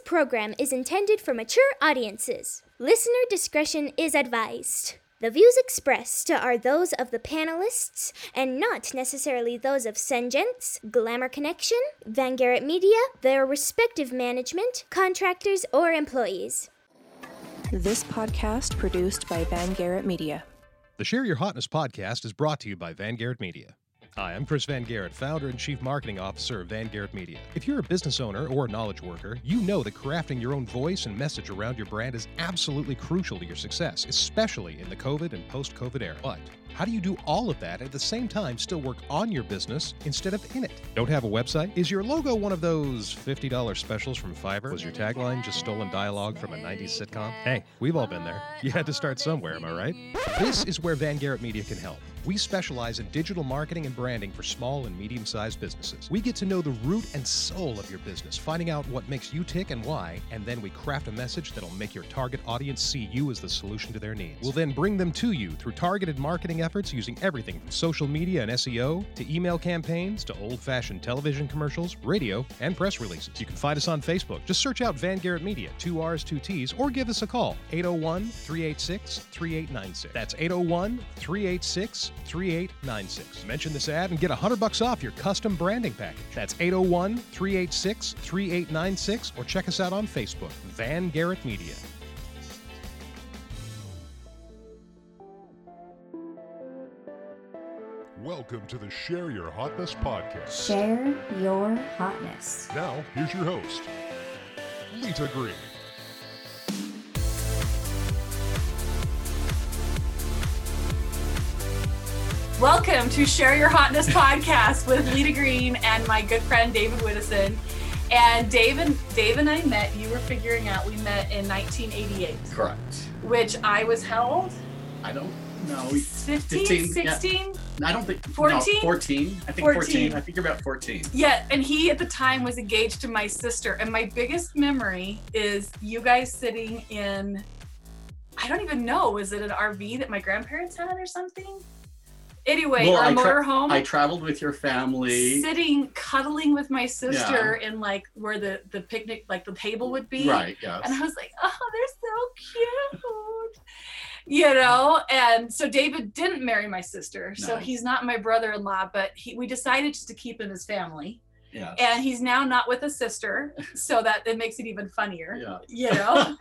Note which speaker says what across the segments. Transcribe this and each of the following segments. Speaker 1: program is intended for mature audiences. Listener discretion is advised. The views expressed are those of the panelists and not necessarily those of Sengents, Glamour Connection, Van Garrett Media, their respective management, contractors, or employees.
Speaker 2: This podcast produced by Van Garrett Media.
Speaker 3: The Share Your Hotness podcast is brought to you by Van Garrett Media. Hi, I'm Chris Van Garrett, founder and chief marketing officer of Van Garrett Media. If you're a business owner or a knowledge worker, you know that crafting your own voice and message around your brand is absolutely crucial to your success, especially in the COVID and post COVID era. But how do you do all of that at the same time still work on your business instead of in it? Don't have a website? Is your logo one of those $50 specials from Fiverr? Was your tagline just stolen dialogue from a 90s sitcom? Hey, we've all been there. You had to start somewhere, am I right? This is where Van Garrett Media can help. We specialize in digital marketing and branding for small and medium sized businesses. We get to know the root and soul of your business, finding out what makes you tick and why, and then we craft a message that'll make your target audience see you as the solution to their needs. We'll then bring them to you through targeted marketing efforts using everything from social media and SEO to email campaigns to old fashioned television commercials, radio, and press releases. You can find us on Facebook. Just search out Van Garrett Media, two R's, two T's, or give us a call, 801 386 3896. That's 801 386 3896. Mention this ad and get 100 bucks off your custom branding package. That's 801 386 3896 or check us out on Facebook, Van Garrett Media.
Speaker 4: Welcome to the Share Your Hotness podcast.
Speaker 5: Share your hotness.
Speaker 4: Now, here's your host, Lita Green.
Speaker 6: Welcome to Share Your Hotness podcast with Lita Green and my good friend David Wittison. And Dave and Dave and I met. You were figuring out we met in 1988,
Speaker 7: Correct.
Speaker 6: which I was how old?
Speaker 7: I don't know.
Speaker 6: 15, 16.
Speaker 7: Yeah. I don't think. no,
Speaker 6: 14?
Speaker 7: 14. I think 14.
Speaker 6: 14.
Speaker 7: I think you're about 14.
Speaker 6: Yeah, and he at the time was engaged to my sister. And my biggest memory is you guys sitting in, I don't even know, was it an RV that my grandparents had or something? Anyway,
Speaker 7: Well,
Speaker 6: or a
Speaker 7: I tra-
Speaker 6: motorhome.
Speaker 7: I traveled with your family.
Speaker 6: sitting cuddling with my sister in like where the the picnic like the table would be
Speaker 7: Right. Yes.
Speaker 6: and i was like oh they're so cute you know and so david didn't marry my sister so
Speaker 7: No.
Speaker 6: he's not my brother-in-law but he, we decided just to keep him as family
Speaker 7: yeah.
Speaker 6: and he's now not with a sister so that it makes it even funnier
Speaker 7: Yeah.
Speaker 6: you know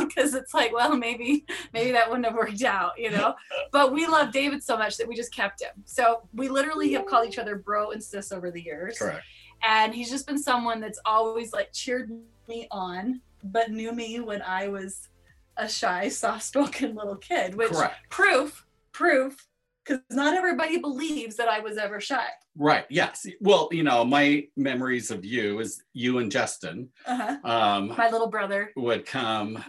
Speaker 6: because it's like well maybe maybe that wouldn't have worked out you know but we love david so much that we just kept him so we literally have called each other bro and sis over the years
Speaker 7: Correct.
Speaker 6: and he's just been someone that's always like cheered me on but knew me when i was a shy soft-spoken little kid which
Speaker 7: Correct.
Speaker 6: proof proof because not everybody believes that i was ever shy
Speaker 7: Right. Yes. Well, you know, my memories of you is you and Justin
Speaker 6: uh-huh.
Speaker 7: um,
Speaker 6: my little brother
Speaker 7: would come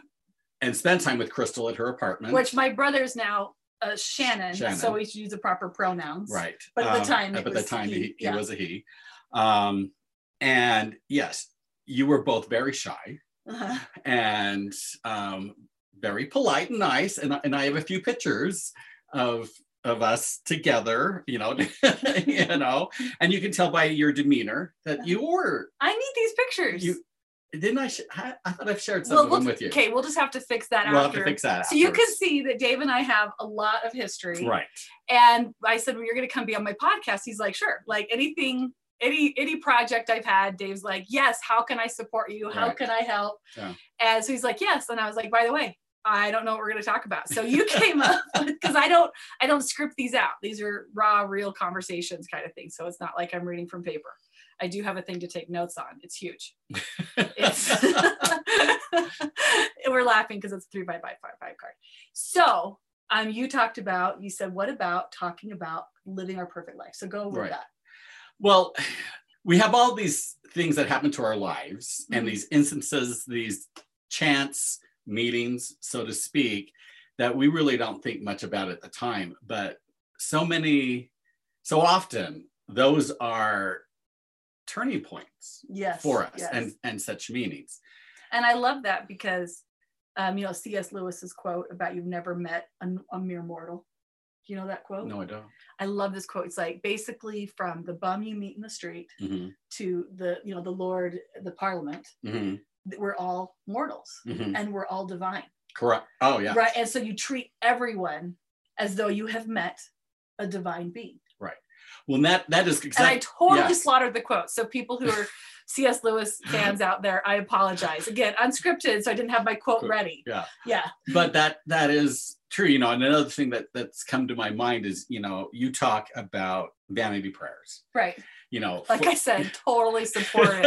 Speaker 7: and spend time with Crystal at her apartment.
Speaker 6: which my brother's now uh, Shannon, so
Speaker 7: Shannon.
Speaker 6: we should use the proper pronouns.
Speaker 7: Right. um,
Speaker 6: But at the time,
Speaker 7: But
Speaker 6: it
Speaker 7: at
Speaker 6: was
Speaker 7: the time,
Speaker 6: he,
Speaker 7: he, he
Speaker 6: yeah.
Speaker 7: was a he. Um, and yes, you were both very shy
Speaker 6: Uh-huh.
Speaker 7: and um, very polite and nice. And, and I have a few pictures of of us together, you know, you know, and you can tell by your demeanor that you were.
Speaker 6: I need these pictures.
Speaker 7: You didn't I? Sh- I, I thought I've shared some of them with you.
Speaker 6: Okay, we'll just have to fix that
Speaker 7: we'll
Speaker 6: after.
Speaker 7: have to fix that.
Speaker 6: so you can
Speaker 7: afterwards.
Speaker 6: see that Dave and I have a lot of history.
Speaker 7: right.
Speaker 6: And I said, Well, you're gonna come be on my podcast. He's like, sure. Like anything, any any project I've had, Dave's like, Yes, how can I support you? How
Speaker 7: Right.
Speaker 6: can I help?
Speaker 7: Yeah.
Speaker 6: And so he's like, Yes. And I was like, by the way, I don't know what we're gonna talk about. So you came up because I don't I don't script these out. These are raw, real conversations kind of thing. So it's not like I'm reading from paper. I do have a thing to take notes on. It's huge. It's we're laughing because it's a three by five, five, five card. So um, you talked about, you said, what about talking about living our perfect life? So go over
Speaker 7: Right.
Speaker 6: that.
Speaker 7: Well, we have all these things that happen to our lives and
Speaker 6: Mhm.
Speaker 7: these instances, these chance meetings, so to speak, that we really don't think much about at the time. But so many, so often, those are turning points
Speaker 6: Yes.
Speaker 7: for us
Speaker 6: yes.
Speaker 7: and, and such meanings.
Speaker 6: And I love that because, um, you know, C.S. Lewis's quote about you've never met a, a mere mortal. Do you know that quote?
Speaker 7: No, I don't.
Speaker 6: I love this quote. It's like basically from the bum you meet in the street
Speaker 7: Mhm,
Speaker 6: to the, you know, the Lord, the parliament,
Speaker 7: mhm.
Speaker 6: that we're all mortals
Speaker 7: Mhm.
Speaker 6: and we're all divine.
Speaker 7: Correct. Oh, yeah.
Speaker 6: Right. And so you treat everyone as though you have met a divine being.
Speaker 7: Well, that that is
Speaker 6: And
Speaker 7: exactly.
Speaker 6: I totally
Speaker 7: yes.
Speaker 6: slaughtered the quote. So people who are C.S. Lewis fans out there, I apologize. Again, unscripted, so I didn't have my quote
Speaker 7: Good.
Speaker 6: ready.
Speaker 7: Yeah.
Speaker 6: Yeah.
Speaker 7: but that that is true you know and another thing that that's come to my mind is you know you talk about vanity prayers
Speaker 6: Right.
Speaker 7: you know
Speaker 6: Like
Speaker 7: for-
Speaker 6: I said, totally support it.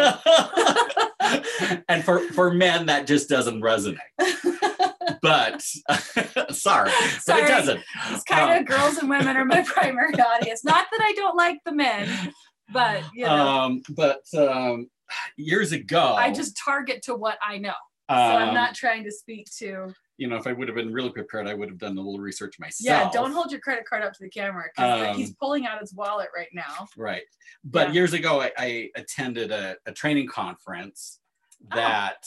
Speaker 7: and for for men that just doesn't resonate but sorry, but it
Speaker 6: Sorry.
Speaker 7: doesn't
Speaker 6: It's kind
Speaker 7: Um,
Speaker 6: of girls and women are my primary audience. Not that I don't like the men, but you know,
Speaker 7: um but um years ago
Speaker 6: I just target to what I know. So
Speaker 7: Oh. um,
Speaker 6: I'm not trying to speak to.
Speaker 7: you know if i would have been really prepared i would have done a little research myself
Speaker 6: Yeah, don't hold your credit card up to the camera because
Speaker 7: Um,
Speaker 6: he's pulling out his wallet right now.
Speaker 7: Right. But
Speaker 6: Yeah.
Speaker 7: years ago, I, I attended a, a training conference
Speaker 6: Oh.
Speaker 7: that,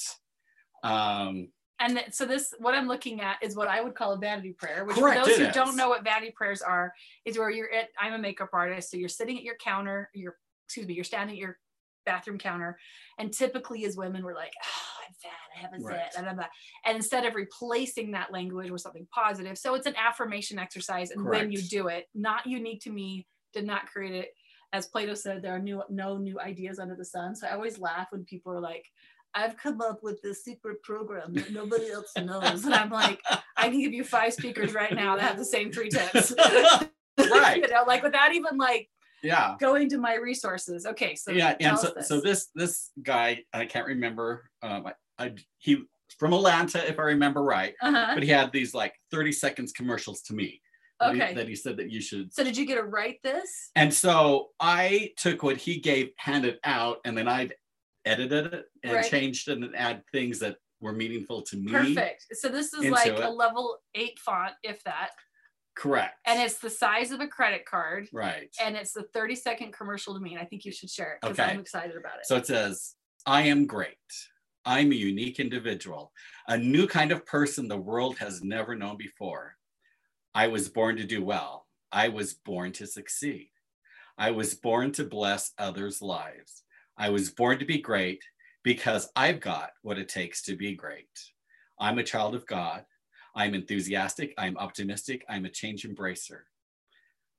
Speaker 7: um,
Speaker 6: And th- so this, what I'm looking at is what I would call a vanity prayer, which
Speaker 7: Correct,
Speaker 6: for those
Speaker 7: it
Speaker 6: who
Speaker 7: is.
Speaker 6: don't know what vanity prayers are, is where you're at, I'm a makeup artist. So you're sitting at your counter, you're, excuse me, you're standing at your bathroom counter. And typically as women, we're like, oh, I'm fat, I haven't
Speaker 7: Right.
Speaker 6: said, blah, blah, blah." and instead of replacing that language with something positive. So it's an affirmation exercise. And when
Speaker 7: Correct.
Speaker 6: you do it, not unique to me, did not create it. As Plato said, there are new, no new ideas under the sun. So I always laugh when people are like, I've come up with this secret program that nobody else knows. And I'm like, I can give you five speakers right now that have the same three tips.
Speaker 7: Right.
Speaker 6: you know, like without even like
Speaker 7: yeah.
Speaker 6: going to my resources. Okay. So
Speaker 7: yeah. And
Speaker 6: tell
Speaker 7: so,
Speaker 6: us this.
Speaker 7: so this, this guy, I can't remember, um, I, I, he was from Atlanta, if I remember right,
Speaker 6: uh-huh.
Speaker 7: but he had these like 30 seconds commercials to me that he-
Speaker 6: Okay.
Speaker 7: that he said that you should
Speaker 6: So did you get to write this?
Speaker 7: And so I took what he gave, handed out, and then I've edited it and
Speaker 6: Right.
Speaker 7: changed it and add things that were meaningful to me.
Speaker 6: Perfect. So this is
Speaker 7: Into
Speaker 6: like
Speaker 7: it.
Speaker 6: a level eight font, if that.
Speaker 7: Correct.
Speaker 6: And it's the size of a credit card.
Speaker 7: right.
Speaker 6: And it's the 30 second commercial to me. And I think you should share it because
Speaker 7: Okay.
Speaker 6: I'm excited about it.
Speaker 7: So it says, I am great. I'm a unique individual, a new kind of person the world has never known before. I was born to do well. I was born to succeed. I was born to bless others' lives. I was born to be great because I've got what it takes to be great. I'm a child of God. I'm enthusiastic. I'm optimistic. I'm a change embracer.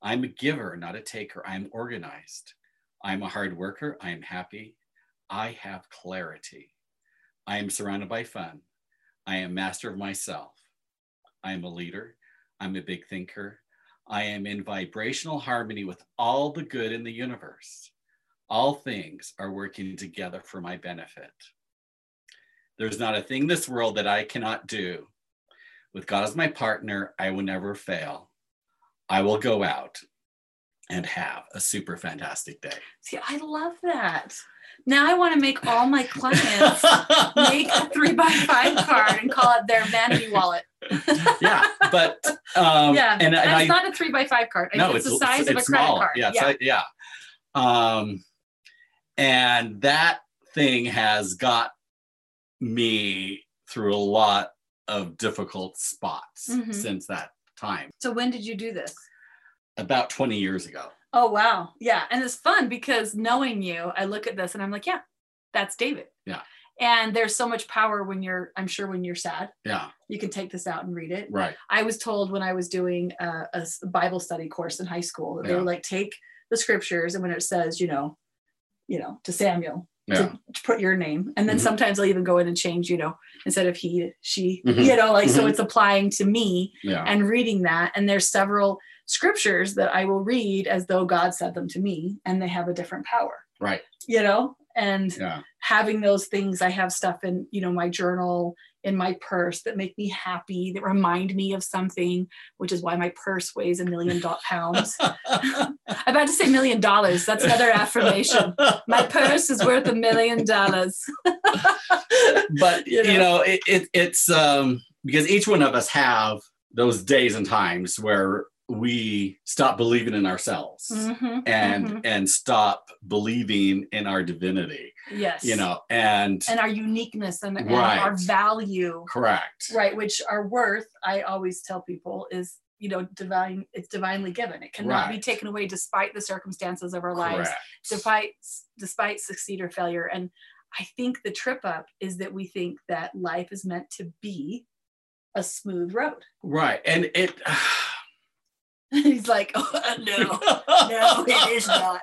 Speaker 7: I'm a giver, not a taker. I'm organized. I'm a hard worker. I am happy. I have clarity. I am surrounded by fun. I am master of myself. I am a leader. I'm a big thinker. I am in vibrational harmony with all the good in the universe. All things are working together for my benefit. There's not a thing in this world that I cannot do. With God as my partner, I will never fail. I will go out and have a super fantastic day.
Speaker 6: See, I love that. Now I want to make all my clients make a three by five card and call it their vanity wallet.
Speaker 7: yeah, but um,
Speaker 6: yeah,
Speaker 7: and, and
Speaker 6: that's
Speaker 7: I
Speaker 6: not a three by five card.
Speaker 7: no,
Speaker 6: it's, the size of a
Speaker 7: it's
Speaker 6: credit
Speaker 7: small.
Speaker 6: card.
Speaker 7: Yeah, it's like- yeah. Um, and that thing has got me through a lot of difficult spots
Speaker 6: Mhm.
Speaker 7: since that time,
Speaker 6: so when did you do this?
Speaker 7: about 20 years ago.
Speaker 6: Oh wow, yeah, and it's fun because knowing you, I look at this and I'm like, yeah, that's David.
Speaker 7: Yeah.
Speaker 6: And there's so much power when you're, I'm sure when you're sad,
Speaker 7: Yeah,
Speaker 6: you can take this out and read it.
Speaker 7: right.
Speaker 6: I was told when I was doing a, a s- Bible study course in high school that they
Speaker 7: Yeah.
Speaker 6: were like, take the scriptures and when it says, you know, you know, to Samuel,
Speaker 7: Yeah,
Speaker 6: to put your name, and then
Speaker 7: Mhm.
Speaker 6: sometimes I'll even go in and change, you know, instead of he, she,
Speaker 7: Mhm.
Speaker 6: you know, like so
Speaker 7: Mhm.
Speaker 6: it's applying to me
Speaker 7: yeah,
Speaker 6: and reading that. And there's several scriptures that I will read as though God said them to me, and they have a different power,
Speaker 7: right.
Speaker 6: you know, and
Speaker 7: Yeah,
Speaker 6: having those things i have stuff in you know my journal in my purse that make me happy that remind me of something which is why my purse weighs a million do- pounds i'm about to say million dollars that's another affirmation my purse is worth a million dollars
Speaker 7: but
Speaker 6: You
Speaker 7: you
Speaker 6: know?
Speaker 7: know, it, it, it's um, because each one of us have those days and times where we stop believing in ourselves
Speaker 6: Mhm,
Speaker 7: and
Speaker 6: mhm.
Speaker 7: and stop believing in our divinity
Speaker 6: mm-hmm. yes
Speaker 7: you know and,
Speaker 6: and our uniqueness and, and
Speaker 7: Right.
Speaker 6: our value
Speaker 7: correct
Speaker 6: right which our worth i always tell people is you know divine it's divinely given it cannot be
Speaker 7: Right.
Speaker 6: taken away despite the circumstances of our lives
Speaker 7: correct
Speaker 6: despite despite succeed or failure and I think the trip up is that we think that life is meant to be a smooth road.
Speaker 7: Right. And it,
Speaker 6: He's like, oh, no, no, it is not.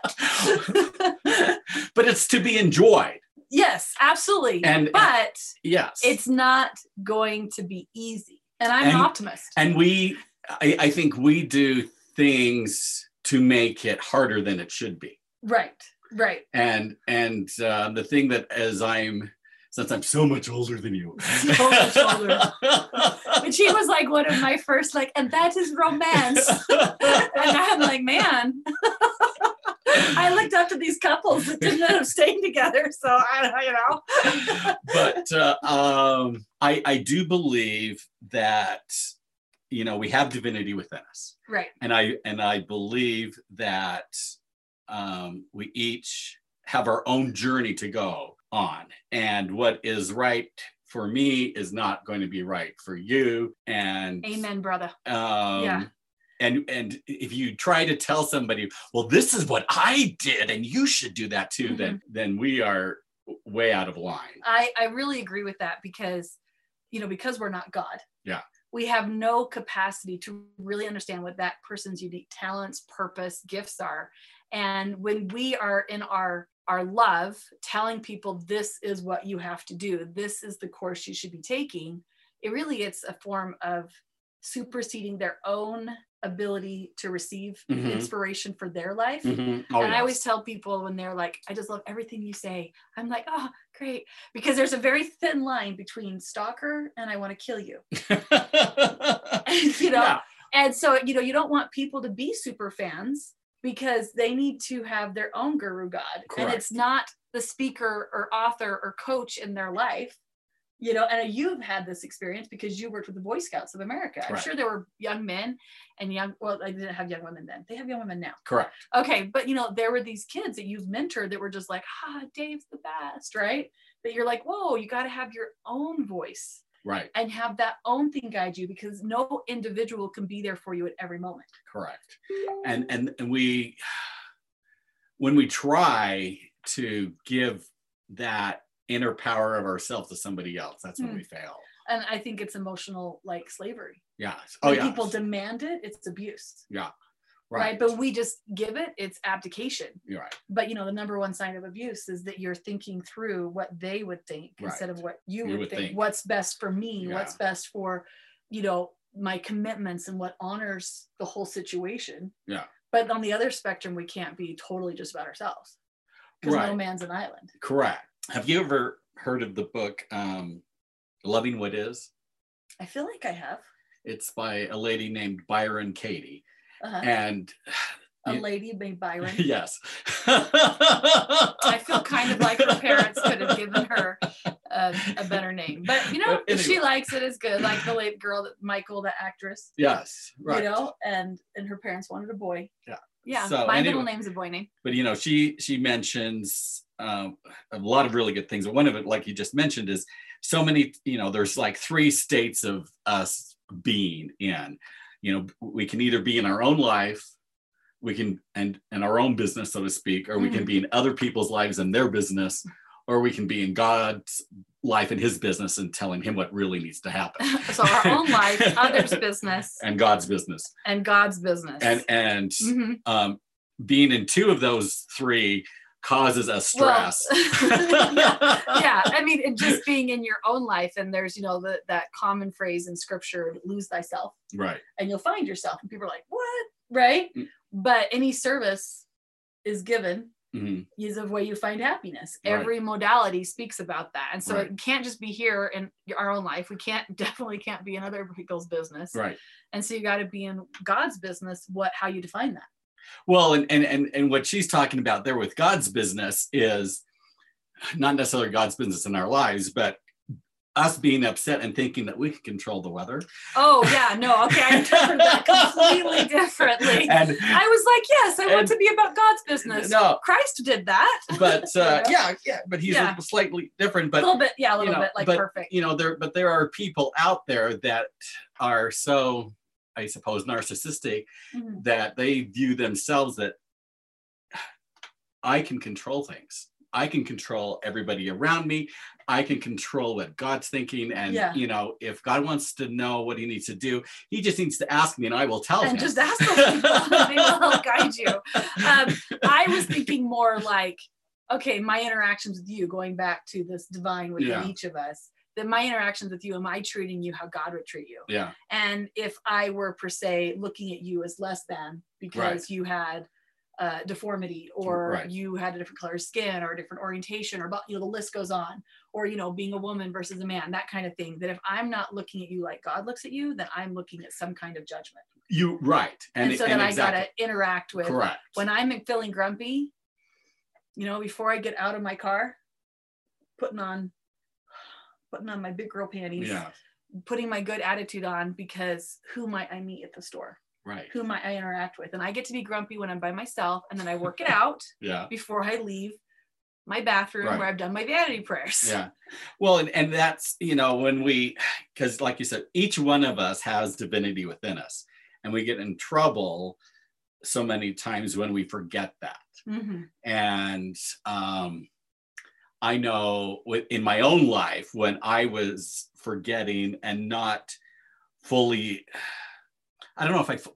Speaker 7: but it's to be enjoyed.
Speaker 6: yes, absolutely.
Speaker 7: And-
Speaker 6: but
Speaker 7: Yes.
Speaker 6: it's not going to be easy. And I'm
Speaker 7: And-
Speaker 6: an optimist.
Speaker 7: and we, I, I think we do things to make it harder than it should be.
Speaker 6: right, right.
Speaker 7: and and uh, the thing that as I'm since I'm so much older than you,
Speaker 6: So much older. But she was like one of my first, like, and that is romance. and I'm like, man, I looked up to these couples that didn't end up staying together. So I, I- you know,
Speaker 7: but uh, um, I I do believe that you know we have divinity within us,
Speaker 6: right,
Speaker 7: and I and I believe that um, we each have our own journey to go on, and what is right for me is not going to be right for you. And
Speaker 6: amen, brother.
Speaker 7: um,
Speaker 6: Yeah.
Speaker 7: and and if you try to tell somebody well this is what i did and you should do that too then
Speaker 6: Mm-hmm.
Speaker 7: then we are way out of line
Speaker 6: I, I really agree with that because, you know, because we're not God.
Speaker 7: Yeah.
Speaker 6: We have no capacity to really understand what that person's unique talents, purpose, gifts are. And when we are in our our love, telling people this is what you have to do, this is the course you should be taking, it really it's a form of superseding their own ability to receive
Speaker 7: Mhm.
Speaker 6: inspiration for their life
Speaker 7: Oh,
Speaker 6: and I
Speaker 7: yes.
Speaker 6: always tell people when they're like, I just love everything you say. I'm like, oh, great. Because there's a very thin line between stalker and I want to kill you. you know?
Speaker 7: Yeah.
Speaker 6: And so, you know, you don't want people to be super fans because they need to have their own guru God. And it's
Speaker 7: Correct.
Speaker 6: not the speaker or author or coach in their life. You know, and you've had this experience because you worked with the Boy Scouts of America. I'm
Speaker 7: Right.
Speaker 6: sure there were young men and young, well, I didn't have young women then. They have young women now
Speaker 7: correct
Speaker 6: okay but you know there were these kids that you've mentored that were just like ah dave's the best right that you're like whoa you got to have your own voice
Speaker 7: right
Speaker 6: and have that own thing guide you because no individual can be there for you at every moment
Speaker 7: correct and and and we when we try to give that inner power of ourselves to somebody else that's when
Speaker 6: Hmm.
Speaker 7: we fail
Speaker 6: and i think it's emotional like slavery
Speaker 7: yeah oh
Speaker 6: When
Speaker 7: yeah
Speaker 6: people demand it it's abuse
Speaker 7: right
Speaker 6: but we just give it it's abdication
Speaker 7: you're right
Speaker 6: but you know the number one sign of abuse is that you're thinking through what they would think
Speaker 7: Right.
Speaker 6: instead of what you,
Speaker 7: You
Speaker 6: would,
Speaker 7: would
Speaker 6: think.
Speaker 7: think.
Speaker 6: what's best for me what's
Speaker 7: Yeah.
Speaker 6: best for you know my commitments and what honors the whole situation
Speaker 7: Yeah.
Speaker 6: but on the other spectrum we can't be totally just about ourselves because no
Speaker 7: Right.
Speaker 6: man's an island
Speaker 7: Correct. Have you ever heard of the book um, Loving What Is?
Speaker 6: i feel like i have
Speaker 7: It's by a lady named Byron Katie.
Speaker 6: uh-huh.
Speaker 7: And
Speaker 6: a
Speaker 7: you-
Speaker 6: lady named byron
Speaker 7: yes.
Speaker 6: i
Speaker 7: I
Speaker 6: feel kind of like her parents could have given her a, uh, a better name but you know
Speaker 7: But
Speaker 6: if she
Speaker 7: anyway.
Speaker 6: likes it it's good like the late girl that michael the actress
Speaker 7: Yes, right.
Speaker 6: you know, and and her parents wanted a boy.
Speaker 7: Yeah.
Speaker 6: Yeah.
Speaker 7: So
Speaker 6: My
Speaker 7: anyway.
Speaker 6: middle name's a boy name.
Speaker 7: But you know, she she mentions um, a lot of really good things. And one of it, like you just mentioned, is so many. You know, there's like three states of us being in. You know, we can either be in our own life, we can and and our own business, so to speak, or we can
Speaker 6: Mm-hmm.
Speaker 7: be in other people's lives and their business, or we can be in God's life and His business and telling Him what really needs to happen.
Speaker 6: so our own life, others' business,
Speaker 7: And God's business,
Speaker 6: and God's business.
Speaker 7: and and
Speaker 6: Mhm.
Speaker 7: um, being in two of those three causes us
Speaker 6: Well,
Speaker 7: stress.
Speaker 6: yeah, yeah, I mean, and just being in your own life, and there's you know the, that common phrase in scripture, "Lose thyself,
Speaker 7: Right.
Speaker 6: and you'll find yourself." And people are like, "What?" Right?
Speaker 7: Mm.
Speaker 6: But any service is given
Speaker 7: Mhm.
Speaker 6: is a way you find happiness.
Speaker 7: Right.
Speaker 6: Every modality speaks about that. And so
Speaker 7: Right.
Speaker 6: it can't just be here in our own life. We can't definitely can't be in other people's business.
Speaker 7: Right.
Speaker 6: And so you got to be in God's business, what how you define that.
Speaker 7: Well, and, and and and what she's talking about there with God's business is not necessarily God's business in our lives, but us being upset and thinking that we can control the weather.
Speaker 6: Oh yeah, no, okay, I interpreted that completely differently.
Speaker 7: And
Speaker 6: I was like, yes, I
Speaker 7: And-
Speaker 6: want to be about God's business.
Speaker 7: no,
Speaker 6: Christ did that.
Speaker 7: but uh,
Speaker 6: You know?
Speaker 7: yeah, yeah, but he's
Speaker 6: Yeah.
Speaker 7: slightly different.
Speaker 6: a
Speaker 7: But
Speaker 6: little bit, yeah, a
Speaker 7: you
Speaker 6: little
Speaker 7: know,
Speaker 6: bit like
Speaker 7: but,
Speaker 6: perfect.
Speaker 7: You know, there but there are people out there that are so, I suppose, narcissistic
Speaker 6: Mhm.
Speaker 7: that they view themselves that I can control things. I can control everybody around me. I can control what God's thinking. And,
Speaker 6: Yeah.
Speaker 7: you know, if God wants to know what he needs to do, he just needs to ask me and I will tell him.
Speaker 6: and just ask those people they will guide you um, i was thinking more like okay my interactions with you going back to this divine within
Speaker 7: Yeah.
Speaker 6: each of us that my interactions with you am i treating you how god would treat you
Speaker 7: yeah.
Speaker 6: and if i were per se looking at you as less than because
Speaker 7: Right.
Speaker 6: you had uh, deformity or
Speaker 7: Right.
Speaker 6: you had a different color of skin or a different orientation or but you know the list goes on or you know being a woman versus a man that kind of thing that if i'm not looking at you like god looks at you then i'm looking at some kind of judgment
Speaker 7: You right.
Speaker 6: and,
Speaker 7: And,
Speaker 6: so
Speaker 7: and
Speaker 6: then
Speaker 7: exactly.
Speaker 6: I gotta interact with
Speaker 7: correct.
Speaker 6: when I'm feeling grumpy, you know, before I get out of my car, putting on putting on my big girl panties,
Speaker 7: yeah.
Speaker 6: putting my good attitude on because who might I meet at the store?
Speaker 7: Right.
Speaker 6: Who might I interact with? And I get to be grumpy when I'm by myself and then I work it out
Speaker 7: Yeah.
Speaker 6: before I leave my bathroom
Speaker 7: Right.
Speaker 6: where I've done my vanity prayers.
Speaker 7: Yeah. Well, and, and that's, you know, when we, because like you said, each one of us has divinity within us, and we get in trouble so many times when we forget that.
Speaker 6: Mhm.
Speaker 7: And um, I know wi- in my own life when I was forgetting and not fully, I don't know if I fu-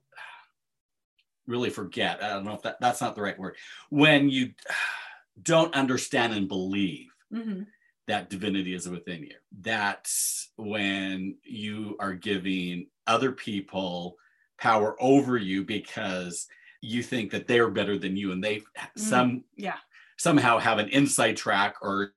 Speaker 7: really forget. I don't know if that, that's not the right word. When you don't understand and believe
Speaker 6: Mhm.
Speaker 7: that divinity is within you. That's when you are giving other people power over you because you think that they're better than you and they
Speaker 6: Mm.
Speaker 7: some
Speaker 6: Yeah.
Speaker 7: somehow have an inside track or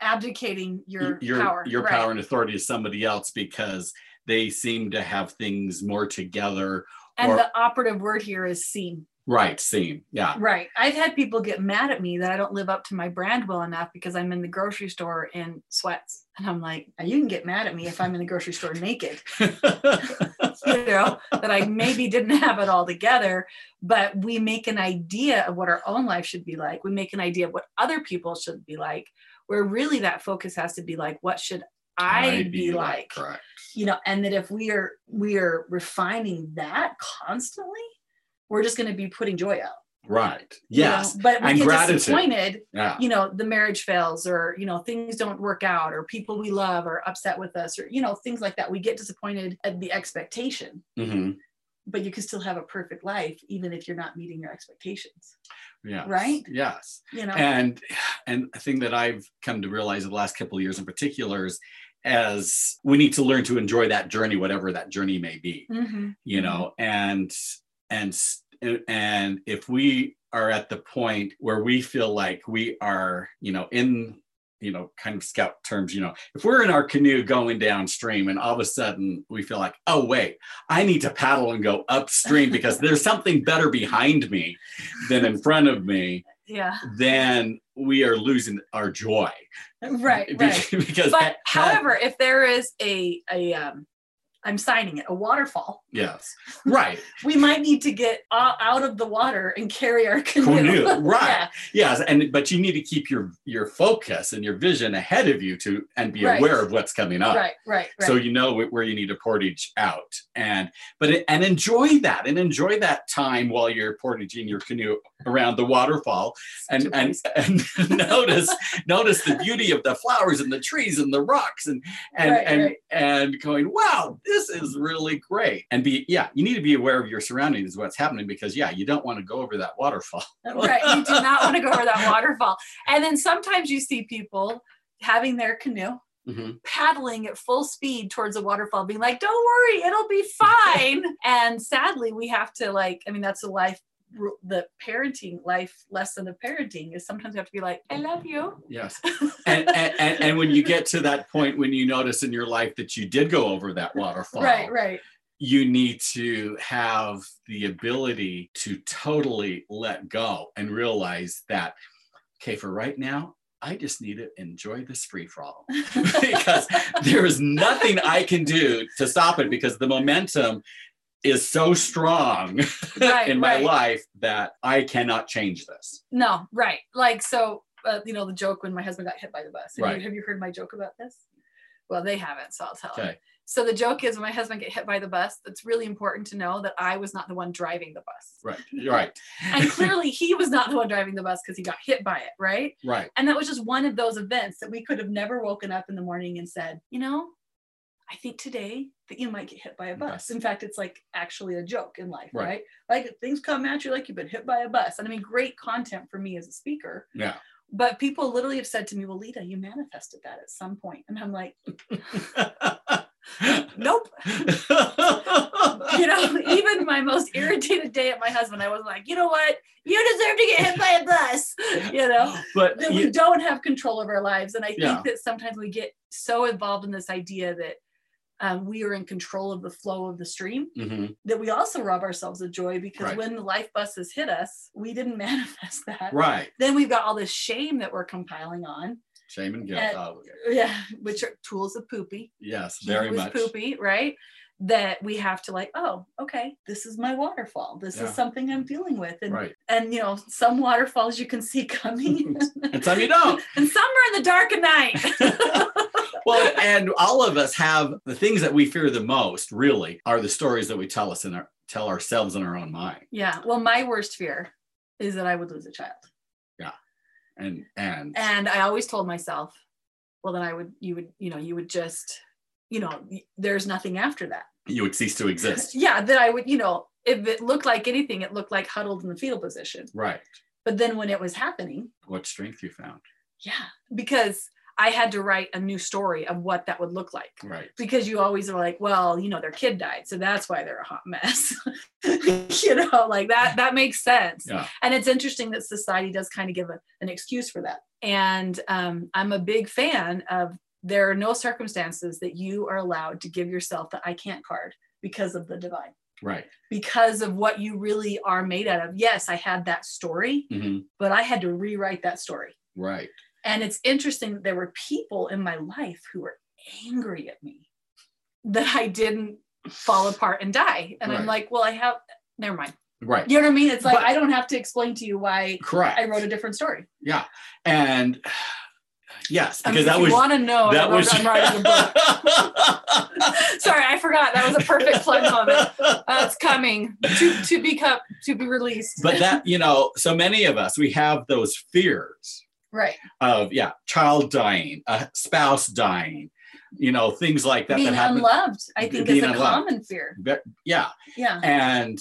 Speaker 6: Abdicating your,
Speaker 7: your
Speaker 6: power.
Speaker 7: your
Speaker 6: right.
Speaker 7: power and authority to somebody else because they seem to have things more together.
Speaker 6: And
Speaker 7: or-
Speaker 6: the operative word here is seen.
Speaker 7: Right, seem. Yeah.
Speaker 6: Right. I've had people get mad at me that I don't live up to my brand well enough because I'm in the grocery store in sweats. And I'm like, "Now you can get mad at me if I'm in the grocery store naked, you know, that I maybe didn't have it all together. But we make an idea of what our own life should be like. We make an idea of what other people should be like, where really that focus has to be like, what should I, be, like?
Speaker 7: Correct.
Speaker 6: you know and that if we are we are refining that constantly we're just going to be putting joy out
Speaker 7: Right.
Speaker 6: you know?
Speaker 7: Yes.
Speaker 6: but we
Speaker 7: And
Speaker 6: get
Speaker 7: gratitude.
Speaker 6: disappointed
Speaker 7: Yeah.
Speaker 6: you know the marriage fails or you know things don't work out or people we love are upset with us or you know things like that we get disappointed at the expectation
Speaker 7: Mhm.
Speaker 6: but you can still have a perfect life even if you're not meeting your expectations
Speaker 7: Yes.
Speaker 6: Right?
Speaker 7: Yes.
Speaker 6: you know
Speaker 7: and and a thing that i've come to realize in the last couple of years in particular is as we need to learn to enjoy that journey whatever that journey may be
Speaker 6: Mhm.
Speaker 7: you know and and s- and if we are at the point where we feel like we are you know in you know kind of scout terms you know if we're in our canoe going downstream and all of a sudden we feel like oh wait i need to paddle and go upstream because there's something better behind me than in front of me
Speaker 6: yeah
Speaker 7: then we are losing our joy.
Speaker 6: right
Speaker 7: Be-
Speaker 6: right but
Speaker 7: because that- that-
Speaker 6: however if there is a a um i'm signing it a waterfall
Speaker 7: yes, right,
Speaker 6: we might need to get o- out of the water and carry our canoe.
Speaker 7: canoe, right,
Speaker 6: Yeah.
Speaker 7: yes, and but you need to keep your your focus and your vision ahead of you to and be
Speaker 6: Right.
Speaker 7: aware of what's coming up.
Speaker 6: Right, right, right.
Speaker 7: So you know wh- where you need to portage out, and but it- and enjoy that, and enjoy that time while you're portaging your canoe around the waterfall, and and, and notice notice the beauty of the flowers and the trees and the rocks and and
Speaker 6: Right,
Speaker 7: and,
Speaker 6: right.
Speaker 7: and going wow this is really great and be yeah you need to be aware of your surroundings what's happening because yeah you don't want to go over that waterfall
Speaker 6: right. You do not want to go over that waterfall. And then sometimes you see people having their canoe
Speaker 7: Mm-hmm,
Speaker 6: paddling at full speed towards a waterfall, being like, don't worry, it'll be fine. and sadly, we have to, like, I mean, that's the life, ru- the parenting life lesson of parenting is sometimes we have to be like, I love you.
Speaker 7: yes and, and, and and when you get to that point when you notice in your life that you did go over that waterfall
Speaker 6: Right, right.
Speaker 7: you need to have the ability to totally let go and realize that okay for right now i just need to enjoy this free for all because there is nothing i can do to stop it because the momentum is so strong
Speaker 6: Right,
Speaker 7: in my
Speaker 6: right.
Speaker 7: life that i cannot change this
Speaker 6: No, right. Like so, uh, you know the joke when my husband got hit by the bus. Have,
Speaker 7: Right.
Speaker 6: you, have you heard my joke about this? Well, they haven't, so I'll tell them.
Speaker 7: Okay.
Speaker 6: So the joke is when my husband get hit by the bus, it's really important to know that I was not the one driving the bus.
Speaker 7: Right. You're right.
Speaker 6: And clearly he was not the one driving the bus because he got hit by it, right?
Speaker 7: right.
Speaker 6: And that was just one of those events that we could have never woken up in the morning and said, you know, I think today that you might get hit by a bus. In fact, it's like actually a joke in life,
Speaker 7: Right.
Speaker 6: right? Like things come at you like you've been hit by a bus. And I mean, great content for me as a speaker.
Speaker 7: Yeah.
Speaker 6: But people literally have said to me, well, Lita, you manifested that at some point. And I'm like, nope. you know, even my most irritated day at my husband, I was like, you know what? You deserve to get hit by a bus. You know,
Speaker 7: but
Speaker 6: that
Speaker 7: you-
Speaker 6: we don't have control of our lives. And I think
Speaker 7: Yeah.
Speaker 6: that sometimes we get so involved in this idea that um, we are in control of the flow of the stream
Speaker 7: Mhm.
Speaker 6: that we also rob ourselves of joy because
Speaker 7: Right.
Speaker 6: when the life buses hit us, we didn't manifest that.
Speaker 7: right.
Speaker 6: Then we've got all this shame that we're compiling on,
Speaker 7: Shame and guilt.
Speaker 6: And-
Speaker 7: oh, okay.
Speaker 6: yeah, which are tools of poopy
Speaker 7: yes,
Speaker 6: he
Speaker 7: very
Speaker 6: was
Speaker 7: much.
Speaker 6: poopy, right? That we have to like, oh, okay, this is my waterfall. This
Speaker 7: Yeah.
Speaker 6: is something I'm dealing with, and
Speaker 7: Right.
Speaker 6: and you know, some waterfalls you can see coming,
Speaker 7: And some you don't.
Speaker 6: and some are in the dark at night.
Speaker 7: well, and all of us have the things that we fear the most. Really, are the stories that we tell us in our tell ourselves in our own mind.
Speaker 6: yeah. Well, my worst fear is that I would lose a child,
Speaker 7: And and
Speaker 6: and I always told myself, well, then I would, you would, you know, you would just, you know, y- there's nothing after that.
Speaker 7: you would cease to exist.
Speaker 6: Yeah, that I would, you know, if it looked like anything, it looked like huddled in the fetal position.
Speaker 7: Right.
Speaker 6: But then when it was happening,
Speaker 7: What strength you found.
Speaker 6: Yeah, because I had to write a new story of what that would look like.
Speaker 7: Right.
Speaker 6: Because you always are like, well, you know, their kid died, so that's why they're a hot mess. you know, like that that makes sense.
Speaker 7: Yeah.
Speaker 6: And it's interesting that society does kind of give a, an excuse for that. And um, I'm a big fan of there are no circumstances that you are allowed to give yourself the I can't card because of the divine,
Speaker 7: Right.
Speaker 6: because of what you really are made out of. Yes, I had that story,
Speaker 7: hmm
Speaker 6: but I had to rewrite that story.
Speaker 7: Right.
Speaker 6: And it's interesting that there were people in my life who were angry at me that I didn't fall apart and die. And I'm
Speaker 7: Right.
Speaker 6: like, well, I have, never mind.
Speaker 7: Right.
Speaker 6: You know what I mean? It's like,
Speaker 7: But-
Speaker 6: I don't have to explain to you why
Speaker 7: Correct.
Speaker 6: I wrote a different story.
Speaker 7: Yeah. And yes,
Speaker 6: I
Speaker 7: because
Speaker 6: mean, Um, if you
Speaker 7: that was
Speaker 6: want to know,
Speaker 7: that
Speaker 6: I'm,
Speaker 7: was
Speaker 6: I'm writing a book. Sorry, I forgot. That was a perfect plug moment. Uh, it's coming to, to be cup to be released.
Speaker 7: but that you know, so many of us we have those fears
Speaker 6: right.
Speaker 7: of yeah, child dying, a spouse dying, you know, things like that
Speaker 6: being
Speaker 7: that happen.
Speaker 6: unloved, I think, is
Speaker 7: Being
Speaker 6: a
Speaker 7: unloved.
Speaker 6: common fear.
Speaker 7: But- yeah,
Speaker 6: Yeah.
Speaker 7: and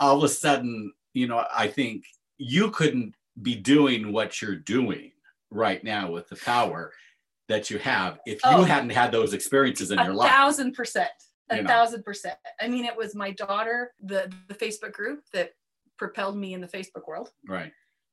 Speaker 7: all of a sudden, you know, I think you couldn't be doing what you're doing right now with the power that you have if you
Speaker 6: Oh.
Speaker 7: hadn't had those experiences in
Speaker 6: a
Speaker 7: your life.
Speaker 6: thousand percent a
Speaker 7: You know.
Speaker 6: thousand percent i mean it was my daughter the the facebook group that propelled me in the facebook world
Speaker 7: Right.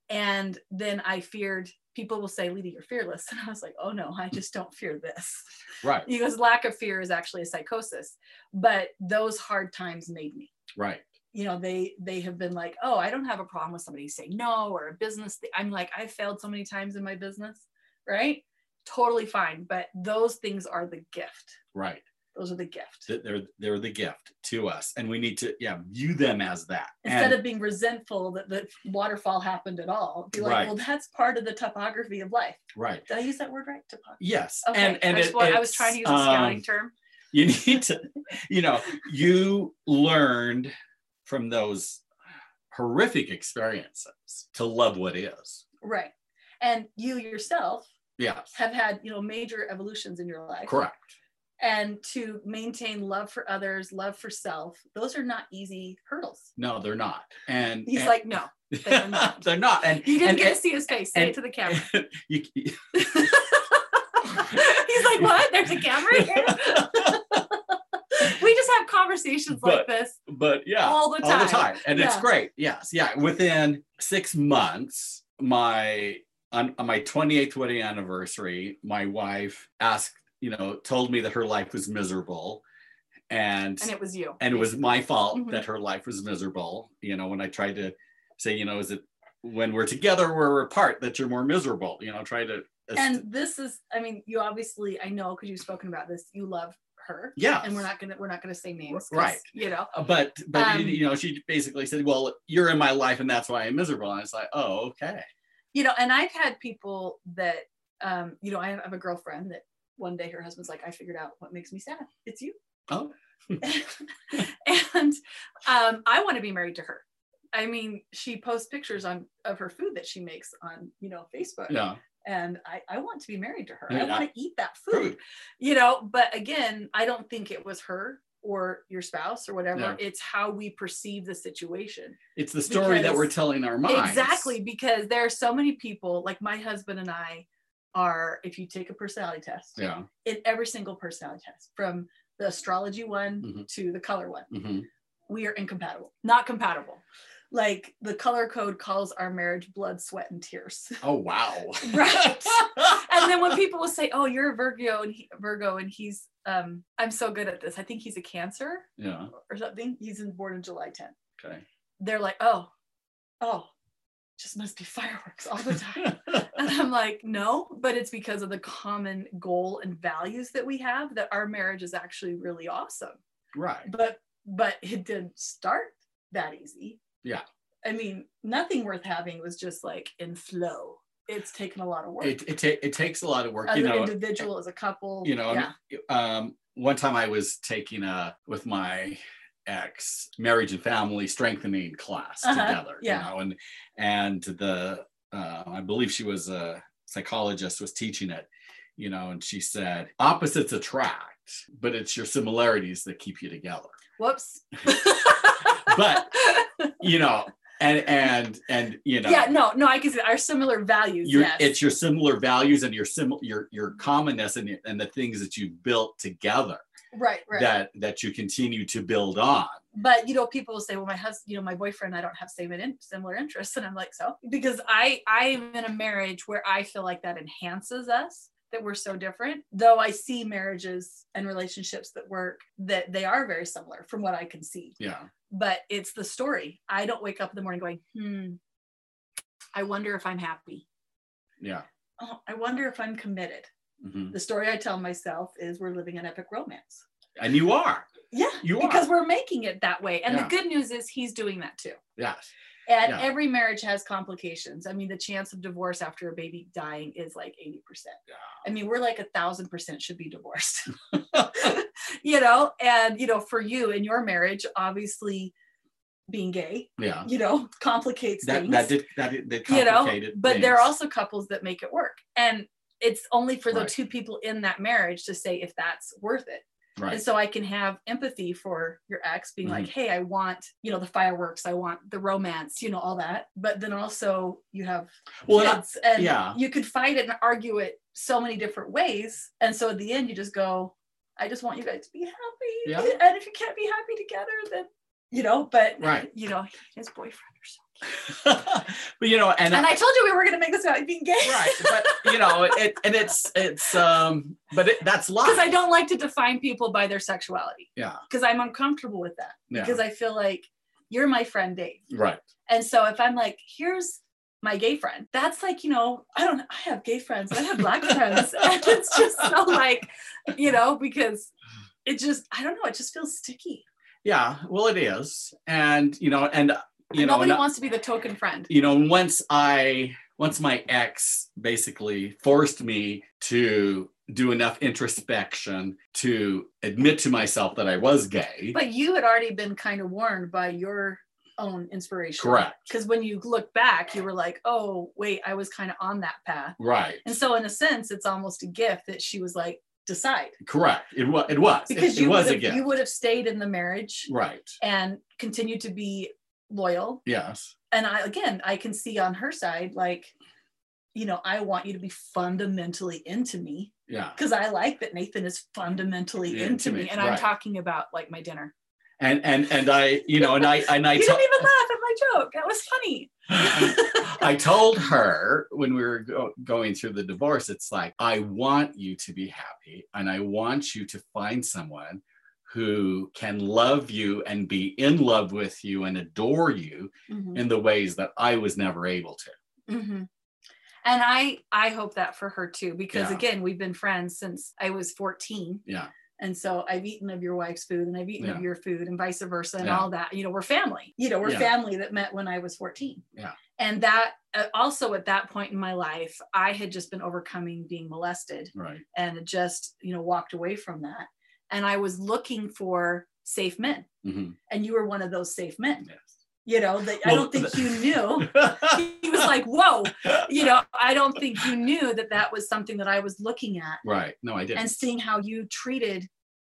Speaker 6: and then i feared people will say lita you're fearless and i was like oh no i just don't fear this
Speaker 7: Right.
Speaker 6: because lack of fear is actually a psychosis but those hard times made me
Speaker 7: Right.
Speaker 6: you know they they have been like oh i don't have a problem with somebody saying no or a business thi- i'm like i failed so many times in my business right totally fine but those things are the gift
Speaker 7: Right.
Speaker 6: those are the gift
Speaker 7: Th- They're they're the gift to us, and we need to yeah view them as that.
Speaker 6: instead
Speaker 7: And-
Speaker 6: of being resentful that the waterfall happened at all, be like,
Speaker 7: Right.
Speaker 6: well, that's part of the topography of life.
Speaker 7: right.
Speaker 6: Did I use that word right? Topography.
Speaker 7: Yes.
Speaker 6: Okay.
Speaker 7: And and
Speaker 6: I, just
Speaker 7: it-
Speaker 6: wa- I was
Speaker 7: it's,
Speaker 6: trying to use a scouting
Speaker 7: um,
Speaker 6: term.
Speaker 7: You need to, you know, you learned from those horrific experiences to love what is.
Speaker 6: Right. And you yourself
Speaker 7: Yes.
Speaker 6: have had, you know, major evolutions in your life.
Speaker 7: Correct.
Speaker 6: And to maintain love for others, love for self, those are not easy hurdles.
Speaker 7: No, they're not. And
Speaker 6: He's
Speaker 7: and-
Speaker 6: like, no, they're not.
Speaker 7: they're not. And
Speaker 6: you didn't
Speaker 7: and-
Speaker 6: get to see his face. Say
Speaker 7: and-
Speaker 6: it to the camera.
Speaker 7: you,
Speaker 6: He's like, what? There's a camera here? we just have conversations like
Speaker 7: But-
Speaker 6: this.
Speaker 7: but yeah
Speaker 6: All the
Speaker 7: all
Speaker 6: time.
Speaker 7: the time and it's
Speaker 6: Yeah.
Speaker 7: great yes yeah within six months my on, on my 28th wedding anniversary my wife asked you know told me that her life was miserable and
Speaker 6: And it was you.
Speaker 7: and it was my fault
Speaker 6: Mhm.
Speaker 7: that her life was miserable you know when i tried to say you know is it when we're together we're apart that you're more miserable you know try to
Speaker 6: and this is i mean you obviously i know because you've spoken about this you love her
Speaker 7: yeah
Speaker 6: and we're not gonna we're not gonna say names 'cause,
Speaker 7: Right.
Speaker 6: you know
Speaker 7: Uh, but but
Speaker 6: Um,
Speaker 7: you know she basically said well you're in my life and that's why i'm miserable and it's like oh okay
Speaker 6: you know and i've had people that um you know i have, I have a girlfriend that one day her husband's like, I figured out what makes me sad. It's you.
Speaker 7: Oh,
Speaker 6: and um, I want to be married to her. I mean, she posts pictures on of her food that she makes on, you know, Facebook.
Speaker 7: yeah.
Speaker 6: And I, I want to be married to her. I
Speaker 7: Yeah.
Speaker 6: want to eat that food
Speaker 7: Food.
Speaker 6: you know but again i don't think it was her or your spouse or whatever
Speaker 7: No.
Speaker 6: it's how we perceive the situation
Speaker 7: It's the story that
Speaker 6: Because-
Speaker 7: we're telling our minds.
Speaker 6: exactly because there are so many people like my husband and i are if you take a personality test
Speaker 7: Yeah.
Speaker 6: in every single personality test from the astrology one
Speaker 7: Mhm.
Speaker 6: to the color one
Speaker 7: hmm
Speaker 6: we are incompatible not compatible like the color code calls our marriage blood sweat and tears
Speaker 7: Oh wow.
Speaker 6: Right. and then when people will say, "Oh, you're a Virgo and he, Virgo and he's um I'm so good at this. I think he's a Cancer
Speaker 7: yeah.
Speaker 6: or something. He's in, born on July 10th."
Speaker 7: Okay.
Speaker 6: They're like, "Oh, oh, just must be fireworks all the time." and I'm like, "No, but it's because of the common goal and values that we have that our marriage is actually really awesome."
Speaker 7: right.
Speaker 6: But but it didn't start that easy.
Speaker 7: Yeah.
Speaker 6: I mean, nothing worth having was just like in flow. It's taken a lot of work
Speaker 7: It it, ta- it takes a lot of work,
Speaker 6: as
Speaker 7: you
Speaker 6: an
Speaker 7: know.
Speaker 6: individual, as a couple.
Speaker 7: You know, I mean,
Speaker 6: yeah.
Speaker 7: um, one time I was taking a with my ex marriage and family strengthening class
Speaker 6: Uh-huh,
Speaker 7: together.
Speaker 6: yeah.
Speaker 7: You know, and and the uh, I believe she was a psychologist was teaching it. You know, and she said opposites attract, but it's your similarities that keep you together.
Speaker 6: Whoops.
Speaker 7: But, You know, and and and you know.
Speaker 6: yeah, no, no, I can see that. our similar values.
Speaker 7: your,
Speaker 6: yes.
Speaker 7: it's your similar values and your similar your your commonness and, and the things that you've built together
Speaker 6: right, right.
Speaker 7: that that you continue to build on
Speaker 6: but you know, people will say, "Well, my husband, you know, my boyfriend, I don't have same and in- similar interests," and I'm like, "So?" Because I I am in a marriage where I feel like that enhances us that we're so different. Though I see marriages and relationships that work that they are very similar from what I can see.
Speaker 7: yeah
Speaker 6: But it's the story. I don't wake up in the morning going, "Hmm, I wonder if I'm happy."
Speaker 7: yeah
Speaker 6: Oh, I wonder if I'm committed.
Speaker 7: Mhm.
Speaker 6: the story I tell myself is we're living an epic romance.
Speaker 7: and you are
Speaker 6: Yeah,
Speaker 7: You are.
Speaker 6: because we're making it that way. And
Speaker 7: Yeah.
Speaker 6: the good news is he's doing that too.
Speaker 7: yes
Speaker 6: And
Speaker 7: Yeah.
Speaker 6: every marriage has complications. I mean, the chance of divorce after a baby dying is like 80%. I mean, we're like a thousand percent should be divorced. you know, and you know, for you in your marriage, obviously being gay,
Speaker 7: yeah
Speaker 6: you know, complicates
Speaker 7: that
Speaker 6: things
Speaker 7: that did that did that
Speaker 6: you know
Speaker 7: complicated
Speaker 6: but there are
Speaker 7: things.
Speaker 6: also couples that make it work and it's only for the
Speaker 7: Right.
Speaker 6: two people in that marriage to say if that's worth it
Speaker 7: right Mm-hmm.
Speaker 6: and so i can have empathy for your ex being like hey i want you know the fireworks i want the romance you know all that but then also you have
Speaker 7: well and I-
Speaker 6: kids and
Speaker 7: yeah.
Speaker 6: you could fight it and argue it so many different ways and so at the end you just go i just want you guys to be happy
Speaker 7: Yeah.
Speaker 6: and if you can't be happy together then you know but
Speaker 7: Right.
Speaker 6: you know his boyfriend or something
Speaker 7: but you know and, uh,
Speaker 6: and i told you we were going to make this about being gay
Speaker 7: right but you know it and it's it's um but it, that's life
Speaker 6: because I don't like to define people by their sexuality.
Speaker 7: Yeah.
Speaker 6: Because I'm uncomfortable with that.
Speaker 7: Yeah.
Speaker 6: Because I feel like you're my friend Dave.
Speaker 7: right
Speaker 6: And so if I'm like, here's my gay friend, that's like, you know, I don't I have gay friends, I have black friends. And it's just so like, you know, because it just I don't know, it just feels sticky.
Speaker 7: yeah well it is and you know and you
Speaker 6: And
Speaker 7: know
Speaker 6: nobody
Speaker 7: and I-
Speaker 6: wants to be the token friend.
Speaker 7: you know once i once my ex basically forced me to do enough introspection to admit to myself that i was gay
Speaker 6: But you had already been kind of warned by your own inspiration.
Speaker 7: correct
Speaker 6: Because when you look back, you were like, oh, wait, I was kind of on that path.
Speaker 7: right
Speaker 6: And so, in a sense, it's almost a gift that she was like, decide
Speaker 7: correct it was it was It-
Speaker 6: because
Speaker 7: it,
Speaker 6: you
Speaker 7: was
Speaker 6: would
Speaker 7: a
Speaker 6: have,
Speaker 7: gift
Speaker 6: you would have stayed in the marriage
Speaker 7: right
Speaker 6: and continued to be loyal.
Speaker 7: yes
Speaker 6: And I again, I can see on her side, like, you know, I want you to be fundamentally into me
Speaker 7: yeah
Speaker 6: because I like that Nathan is fundamentally
Speaker 7: Yeah,
Speaker 6: into
Speaker 7: to me,
Speaker 6: me, and I'm
Speaker 7: right.
Speaker 6: talking about like my dinner.
Speaker 7: and and and i you know and i and i
Speaker 6: you
Speaker 7: to-
Speaker 6: didn't even laugh at my joke. That was funny.
Speaker 7: I told her when we were go- going through the divorce, it's like, I want you to be happy and I want you to find someone who can love you and be in love with you and adore you in the ways that I was never able to.
Speaker 6: hmm And I I hope that for her too, because
Speaker 7: Yeah.
Speaker 6: again, we've been friends since I was 14.
Speaker 7: Yeah.
Speaker 6: And so I've eaten of your wife's food and I've eaten of
Speaker 7: Yeah.
Speaker 6: your food and vice versa and
Speaker 7: Yeah.
Speaker 6: all that. You know, we're family. You know, we're
Speaker 7: Yeah.
Speaker 6: family that met when I was 14.
Speaker 7: Yeah.
Speaker 6: And that uh, also at that point in my life, I had just been overcoming being molested
Speaker 7: Right.
Speaker 6: and had just, you know, walked away from that. And I was looking for safe men.
Speaker 7: hmm
Speaker 6: And you were one of those safe men.
Speaker 7: Yes.
Speaker 6: You know, that I
Speaker 7: Well,
Speaker 6: don't think
Speaker 7: the-
Speaker 6: you knew. He was like, whoa, you know, I don't think you knew that that was something that I was looking at
Speaker 7: right. No, I didn't.
Speaker 6: and seeing how you treated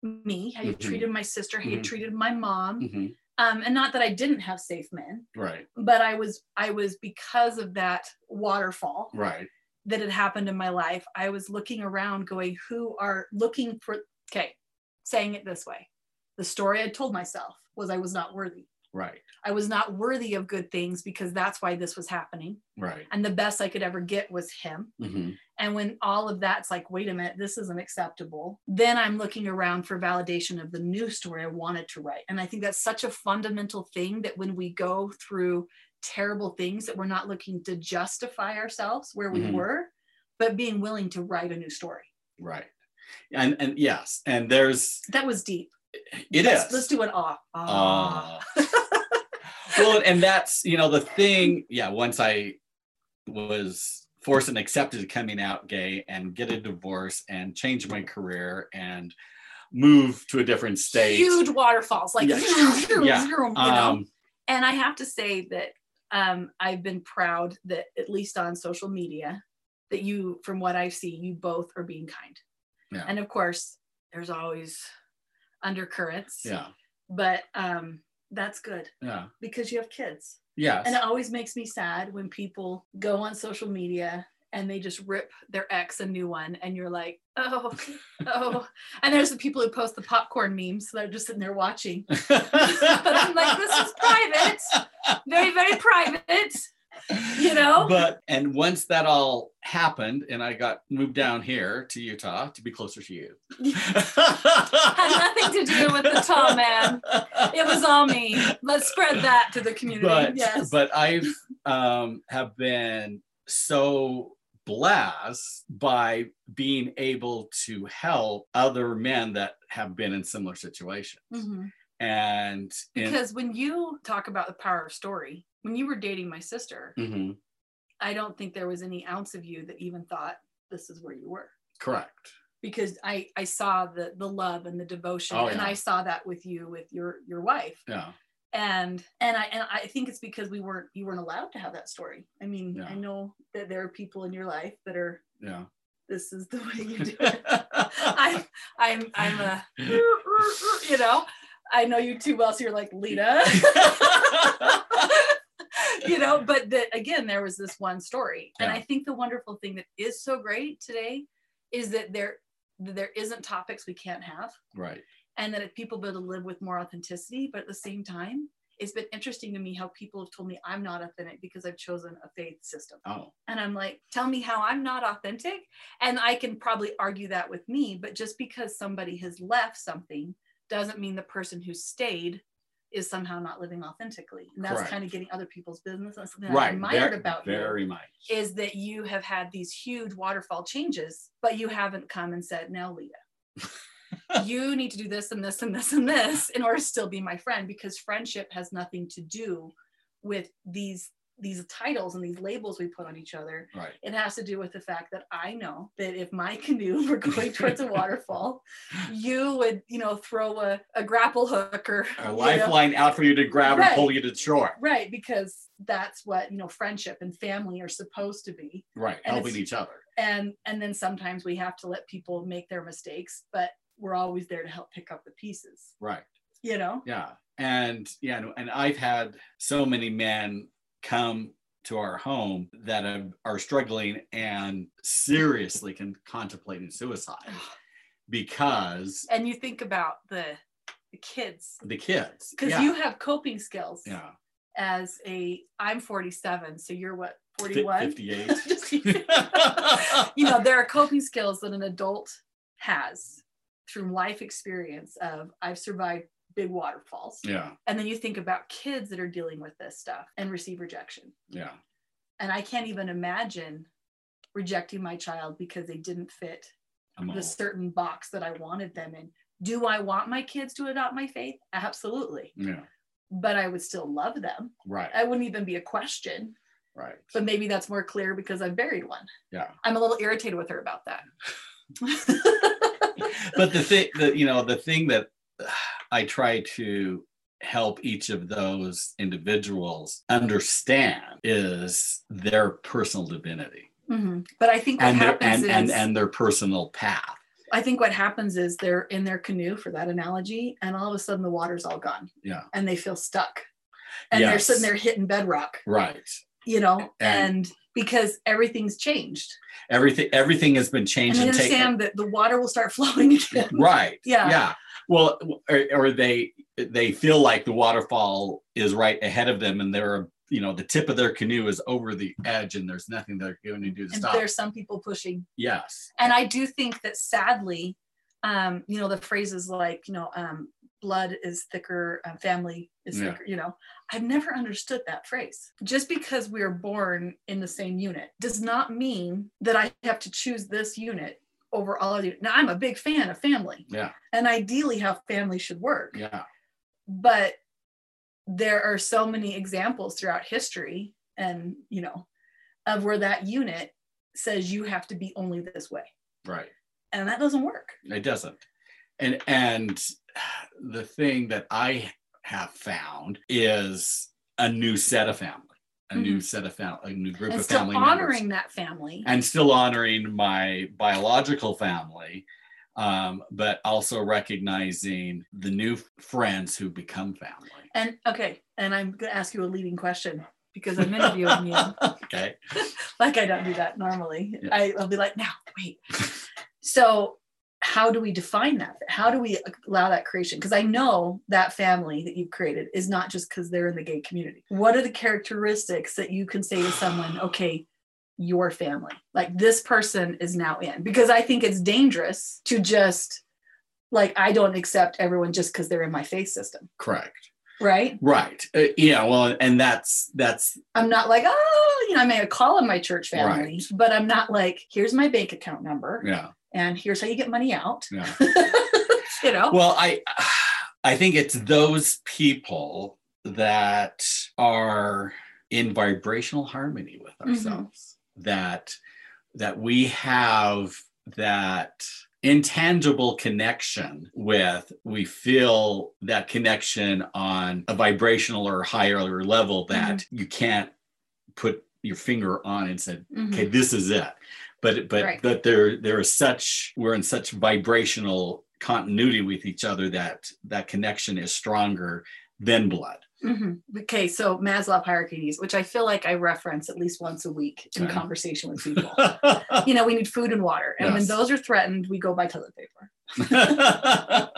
Speaker 6: me, how you
Speaker 7: Mhm.
Speaker 6: treated my sister, how you
Speaker 7: Mhm.
Speaker 6: treated my mom.
Speaker 7: Mhm.
Speaker 6: Um, and not that I didn't have safe men,
Speaker 7: Right.
Speaker 6: but I was, I was because of that waterfall
Speaker 7: Right.
Speaker 6: that had happened in my life, I was looking around going, who are looking for, okay, saying it this way. The story I told myself was I was not worthy.
Speaker 7: Right.
Speaker 6: I was not worthy of good things because that's why this was happening.
Speaker 7: Right.
Speaker 6: And the best I could ever get was him.
Speaker 7: hmm
Speaker 6: And when all of that's like, wait a minute, this isn't acceptable, then I'm looking around for validation of the new story I wanted to write. And I think that's such a fundamental thing that when we go through terrible things, that we're not looking to justify ourselves where we
Speaker 7: Mhm.
Speaker 6: were, but being willing to write a new story.
Speaker 7: Right. And and yes, and there's
Speaker 6: That was deep.
Speaker 7: it
Speaker 6: let's,
Speaker 7: is.
Speaker 6: Let's do an ah. Ah.
Speaker 7: Ah. well, and that's you know the thing. Yeah, once I was forced and accepted coming out gay and get a divorce and change my career and move to a different state.
Speaker 6: Huge waterfalls, like
Speaker 7: Yeah. Yeah.
Speaker 6: you know?
Speaker 7: Um,
Speaker 6: and I have to say that um, I've been proud that at least on social media, that you, from what I see, you both are being kind.
Speaker 7: Yeah.
Speaker 6: And of course, there's always undercurrents,
Speaker 7: yeah,
Speaker 6: but um, that's good
Speaker 7: yeah,
Speaker 6: because you have kids.
Speaker 7: yes,
Speaker 6: And uh, it always makes me sad when people go on social media and they just rip their ex a new one, and you're like, oh, oh. And there's the people who post the popcorn memes that are just sitting there watching
Speaker 7: but
Speaker 6: but I'm like, this is private, very, very private. you know?
Speaker 7: But and once that all happened, and I got moved down here to Utah to be closer to you. Had
Speaker 6: nothing to do with the tall man. It was all me. Let's spread that to the community.
Speaker 7: But
Speaker 6: yes.
Speaker 7: but I've um, have been so blessed by being able to help other men that have been in similar situations.
Speaker 6: Mhm.
Speaker 7: And in-
Speaker 6: Because when you talk about the power of story, when you were dating my sister,
Speaker 7: Mhm,
Speaker 6: I don't think there was any ounce of you that even thought this is where you were.
Speaker 7: correct.
Speaker 6: Because I, I saw the the love and the devotion,
Speaker 7: Oh,
Speaker 6: and
Speaker 7: yeah.
Speaker 6: I saw that with you with your your wife,
Speaker 7: Yeah.
Speaker 6: and and I and I think it's because we weren't you weren't allowed to have that story. I mean,
Speaker 7: Yeah.
Speaker 6: I know that there are people in your life that are
Speaker 7: Yeah.
Speaker 6: this is the way you do it. I'm I'm I'm a you know, I know you too well, so you're like Lita. you know, but the, again, there was this one story. And
Speaker 7: Yeah.
Speaker 6: I think the wonderful thing that is so great today is that there there isn't topics we can't have
Speaker 7: right.
Speaker 6: and that if people be able to live with more authenticity, but at the same time, it's been interesting to me how people have told me I'm not authentic because I've chosen a faith system.
Speaker 7: Oh,
Speaker 6: And I'm like, tell me how I'm not authentic. And I can probably argue that with me, but just because somebody has left something doesn't mean the person who stayed is somehow not living authentically. And that's
Speaker 7: Correct.
Speaker 6: kind of getting other people's business. And something I
Speaker 7: right.
Speaker 6: admired
Speaker 7: Ver-
Speaker 6: about you
Speaker 7: very much.
Speaker 6: is that you have had these huge waterfall changes, but you haven't come and said, now, Leah, you need to do this and this and this and this in order to still be my friend because friendship has nothing to do with these these titles and these labels we put on each other.
Speaker 7: right.
Speaker 6: It has to do with the fact that I know that if my canoe were going towards a waterfall, you would, you know, throw a, a grapple hook or
Speaker 7: A
Speaker 6: you know,
Speaker 7: lifeline out for you to grab
Speaker 6: Right.
Speaker 7: and pull you to shore.
Speaker 6: Right, because that's what, you know, friendship and family are supposed to be.
Speaker 7: Right.
Speaker 6: And
Speaker 7: Helping
Speaker 6: it's-
Speaker 7: each other.
Speaker 6: and and then sometimes we have to let people make their mistakes but we're always there to help pick up the pieces
Speaker 7: Right.
Speaker 6: you know
Speaker 7: Yeah. And yeah, and- and I've had so many men come to our home that have, are struggling and seriously con- contemplating suicide because
Speaker 6: and you think about the the kids
Speaker 7: the kids.
Speaker 6: because
Speaker 7: yeah.
Speaker 6: you have coping skills
Speaker 7: yeah.
Speaker 6: as a i'm 47 so you're what
Speaker 7: Fi-
Speaker 6: 41
Speaker 7: 58.
Speaker 6: Just- you know there are coping skills that an adult has through life experience of i've survived big waterfalls
Speaker 7: yeah.
Speaker 6: and then you think about kids that are dealing with this stuff and receive rejection
Speaker 7: Yeah.
Speaker 6: and I can't even imagine rejecting my child because they didn't fit
Speaker 7: I'm
Speaker 6: the
Speaker 7: old.
Speaker 6: certain box that I wanted them in. Do I want my kids to adopt my faith? Absolutely.
Speaker 7: Yeah.
Speaker 6: But I would still love them.
Speaker 7: Right.
Speaker 6: uh, I wouldn't even be a question.
Speaker 7: Right.
Speaker 6: but maybe that's more clear because I buried one.
Speaker 7: Yeah.
Speaker 6: I'm a little irritated with her about that.
Speaker 7: but the thing that you know the thing that i try to help each of those individuals understand is their personal divinity
Speaker 6: Mhm. But I think what
Speaker 7: and their
Speaker 6: happens
Speaker 7: and,
Speaker 6: is
Speaker 7: and and their personal path
Speaker 6: I think what happens is they're in their canoe for that analogy, and all of a sudden the water's all gone.
Speaker 7: Yeah.
Speaker 6: And they feel stuck. And they're
Speaker 7: Yes.
Speaker 6: sitting there hitting bedrock,
Speaker 7: right
Speaker 6: you know,
Speaker 7: And-
Speaker 6: and because everything's changed.
Speaker 7: everything everything has been
Speaker 6: And
Speaker 7: changed
Speaker 6: they
Speaker 7: and taken
Speaker 6: understand that the water will start flowing again.
Speaker 7: right
Speaker 6: Yeah.
Speaker 7: yeah well or, or they they feel like the waterfall is right ahead of them and they're you know the tip of their canoe is over the edge and there's nothing they're going to do to
Speaker 6: And
Speaker 7: stop
Speaker 6: there's some people pushing
Speaker 7: yes
Speaker 6: and I do think that sadly, um, you know, the phrases like, you know, um, blood is thicker, um, family is
Speaker 7: Yeah.
Speaker 6: thicker, you know, I've never understood that phrase. Just because we are born in the same unit does not mean that I have to choose this unit over all of you. Now, I'm a big fan of family
Speaker 7: yeah
Speaker 6: and ideally how family should work,
Speaker 7: yeah
Speaker 6: but there are so many examples throughout history and, you know, of where that unit says you have to be only this way
Speaker 7: right
Speaker 6: and that doesn't work.
Speaker 7: it doesn't and and the thing that i have found is a new set of family a new set of family a new group
Speaker 6: Mm-hmm. and
Speaker 7: of
Speaker 6: still
Speaker 7: family members.
Speaker 6: honoring that family.
Speaker 7: and still honoring my biological family um, but also recognizing the new friends who become family
Speaker 6: and okay, and I'm gonna ask you a leading question because I'm interviewing you.
Speaker 7: okay
Speaker 6: Like I don't do that normally.
Speaker 7: Yeah.
Speaker 6: I, I'll be like, now wait. So how do we define that? How do we allow that creation? Because I know that family that you've created is not just because they're in the gay community. What are the characteristics that you can say to someone, okay, your family, like this person is now in? Because I think it's dangerous to just like, I don't accept everyone just because they're in my faith system,
Speaker 7: correct
Speaker 6: right?
Speaker 7: right Uh, yeah well and that's that's
Speaker 6: I'm not like, oh, you know, I may call on my church family,
Speaker 7: Right.
Speaker 6: but I'm not like, here's my bank account number
Speaker 7: yeah
Speaker 6: and here's how you get money out.
Speaker 7: yeah
Speaker 6: you know?
Speaker 7: well i i think it's those people that are in vibrational harmony with ourselves that that we have that intangible connection with we feel that connection on a vibrational or higher level that you can't put your finger on and said
Speaker 6: Mhm.
Speaker 7: okay this is it but but
Speaker 6: Right.
Speaker 7: but there there is such we're in such vibrational continuity with each other that that connection is stronger than blood
Speaker 6: Mhm. Okay, so Maslow hierarchy needs, which I feel like I reference at least once a week in
Speaker 7: Yeah.
Speaker 6: conversation with people. you know, we need food and water, and when
Speaker 7: Yes.
Speaker 6: those are threatened, we go buy toilet paper.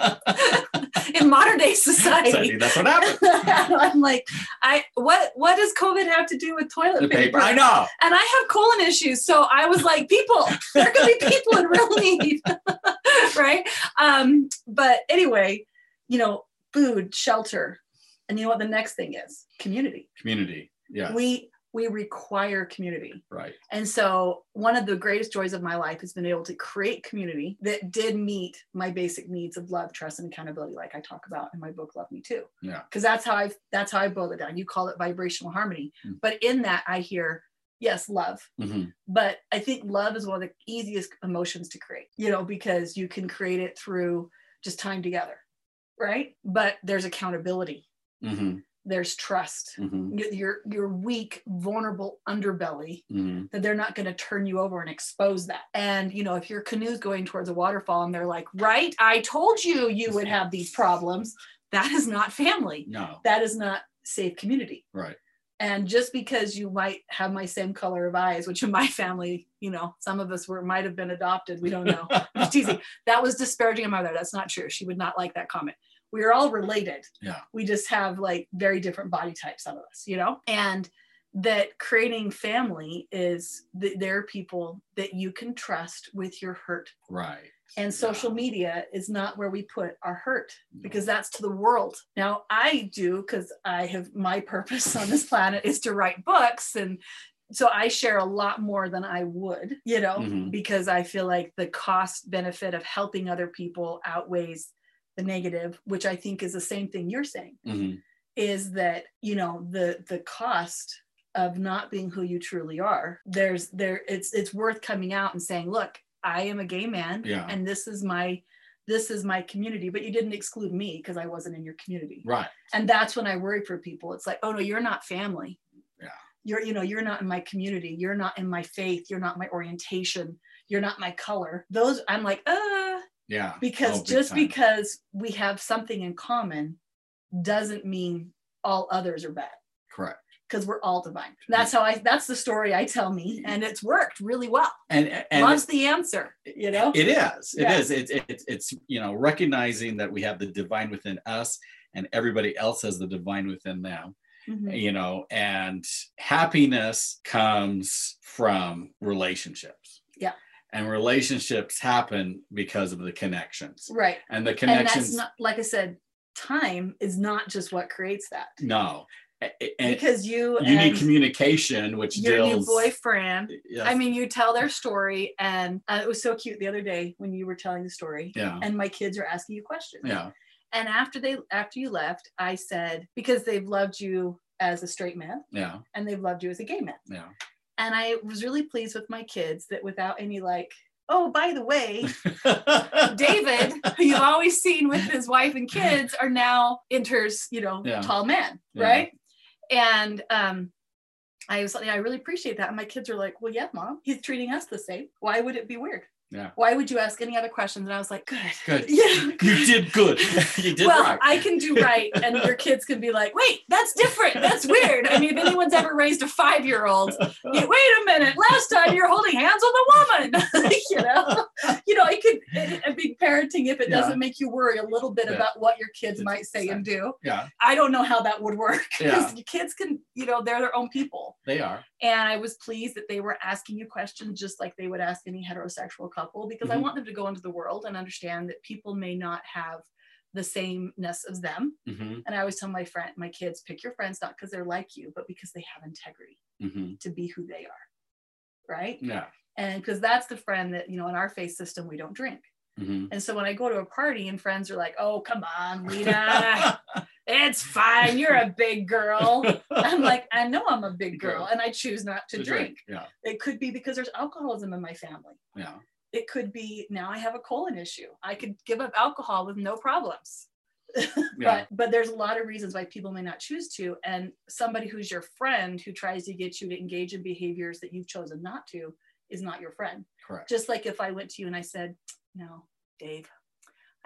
Speaker 6: In modern day
Speaker 7: Sadly,
Speaker 6: society,
Speaker 7: that's what happened
Speaker 6: I'm like, I what what does COVID have to do with toilet
Speaker 7: The
Speaker 6: paper?
Speaker 7: paper. i know
Speaker 6: and I have colon issues. So I was like, people, there could be people in real need, right? Um, but anyway, you know, food, shelter, and you know what the next thing is? Community.
Speaker 7: community yeah
Speaker 6: We we require community.
Speaker 7: right
Speaker 6: And so one of the greatest joys of my life has been able to create community that did meet my basic needs of love, trust, and accountability, like I talk about in my book, Love Me Too.
Speaker 7: Yeah.
Speaker 6: Because that's how I that's how I boil it down. You call it vibrational harmony.
Speaker 7: Mm.
Speaker 6: But in that I hear, yes, love
Speaker 7: Mhm.
Speaker 6: but i think love is one of the easiest emotions to create you know because you can create it through just time together right but there's accountability
Speaker 7: Mhm.
Speaker 6: there's trust
Speaker 7: Mhm.
Speaker 6: Y- your your weak vulnerable underbelly
Speaker 7: Mhm.
Speaker 6: that they're not going to turn you over and expose that and you know if your canoe's going towards a waterfall and they're like right i told you you would have these problems that is not family
Speaker 7: no
Speaker 6: that is not safe community
Speaker 7: right
Speaker 6: and just because you might have my same color of eyes which in my family you know some of us were might have been adopted we don't know I'm just teasing that was disparaging of my mother that's not true she would not like that comment we are all related
Speaker 7: Yeah.
Speaker 6: we just have like very different body types some of us you know and that creating family is that there are people that you can trust with your hurt
Speaker 7: right
Speaker 6: and social media is not where we put our hurt because that's to the world. Now I do because I have my purpose on this planet is to write books and so I share a lot more than I would, you know,
Speaker 7: Mhm.
Speaker 6: because I feel like the cost benefit of helping other people outweighs the negative, which
Speaker 7: Mm-hmm,
Speaker 6: I think is the same thing you're saying
Speaker 7: Mhm.
Speaker 6: is that, you know, the the cost of not being who you truly are there's there it's it's worth coming out and saying look i am a gay man
Speaker 7: Yeah.
Speaker 6: and this is my this is my community but you didn't exclude me because i wasn't in your community
Speaker 7: Right.
Speaker 6: and that's when i worry for people it's like oh no you're not family
Speaker 7: Yeah.
Speaker 6: you're you know you're not in my community you're not in my faith you're not my orientation you're not my color those i'm like uh
Speaker 7: Yeah.
Speaker 6: because
Speaker 7: Oh, big
Speaker 6: just
Speaker 7: time.
Speaker 6: because we have something in common doesn't mean all others are bad
Speaker 7: Correct.
Speaker 6: because we're all divine that's how i that's the story i tell me and it's worked really well
Speaker 7: And and
Speaker 6: loves the answer you know
Speaker 7: It is. It
Speaker 6: Yeah.
Speaker 7: is. It's it's it's you know recognizing that we have the divine within us, and everybody else has the divine within them.
Speaker 6: Mhm.
Speaker 7: You know, and happiness comes from relationships.
Speaker 6: Yeah.
Speaker 7: And relationships happen because of the connections,
Speaker 6: right
Speaker 7: and the
Speaker 6: and that's
Speaker 7: connections.
Speaker 6: not like i said time is not just what creates that
Speaker 7: no, A- a- and
Speaker 6: because you
Speaker 7: you need
Speaker 6: and
Speaker 7: communication, which
Speaker 6: your
Speaker 7: deals.
Speaker 6: new boyfriend
Speaker 7: Yes.
Speaker 6: i mean you tell their story and uh, it was so cute the other day when you were telling the story
Speaker 7: yeah,
Speaker 6: and my kids are asking you questions
Speaker 7: yeah,
Speaker 6: and after they after you left i said because they've loved you as a straight man
Speaker 7: yeah,
Speaker 6: and they've loved you as a gay man
Speaker 7: yeah.
Speaker 6: and i was really pleased with my kids that without any like oh by the way david who you've always seen with his wife and kids are now enters you know
Speaker 7: Yeah.
Speaker 6: tall man
Speaker 7: Yeah.
Speaker 6: right and um I was like, I really appreciate that. And my kids are like, well, yeah, mom, he's treating us the same. Why would it be weird?
Speaker 7: Yeah.
Speaker 6: Why would you ask any other questions? And I was like, good.
Speaker 7: Good.
Speaker 6: Yeah.
Speaker 7: You did good. You did
Speaker 6: well,
Speaker 7: right.
Speaker 6: I can do right, and your kids can be like, "Wait, that's different. That's weird." I mean, if anyone's ever raised a five-year-old, you- wait a minute. Last time you're holding hands with a woman, you know. You know, it could it, it be parenting if it
Speaker 7: Yeah.
Speaker 6: doesn't make you worry a little bit
Speaker 7: Yeah.
Speaker 6: about what your kids might say and do.
Speaker 7: yeah,
Speaker 6: I don't know how that would work
Speaker 7: Yeah.
Speaker 6: because kids can, you know, they're their own people.
Speaker 7: they are.
Speaker 6: And I was pleased that they were asking you questions just like they would ask any heterosexual couple because I
Speaker 7: Mhm.
Speaker 6: want them to go into the world and understand that people may not have the sameness as them.
Speaker 7: Mm-hmm.
Speaker 6: And I always tell my friend, my kids, pick your friends not because they're like you, but because they have integrity
Speaker 7: Mm-hmm.
Speaker 6: to be who they are, right?
Speaker 7: Yeah.
Speaker 6: And because that's the friend that you know in our faith system we don't drink.
Speaker 7: Mm-hmm.
Speaker 6: And so when I go to a party and friends are like, "Oh, come on, Lita, it's fine. You're a big girl." I'm like, I know I'm a big girl, and I choose not to drink.
Speaker 7: Yeah.
Speaker 6: It could be because there's alcoholism in my family.
Speaker 7: Yeah.
Speaker 6: It could be now I have a colon issue. I could give up alcohol with no problems.
Speaker 7: Yeah.
Speaker 6: But but there's a lot of reasons why people may not choose to. And somebody who's your friend who tries to get you to engage in behaviors that you've chosen not to is not your friend.
Speaker 7: Correct.
Speaker 6: Just like if I went to you and I said, No, Dave,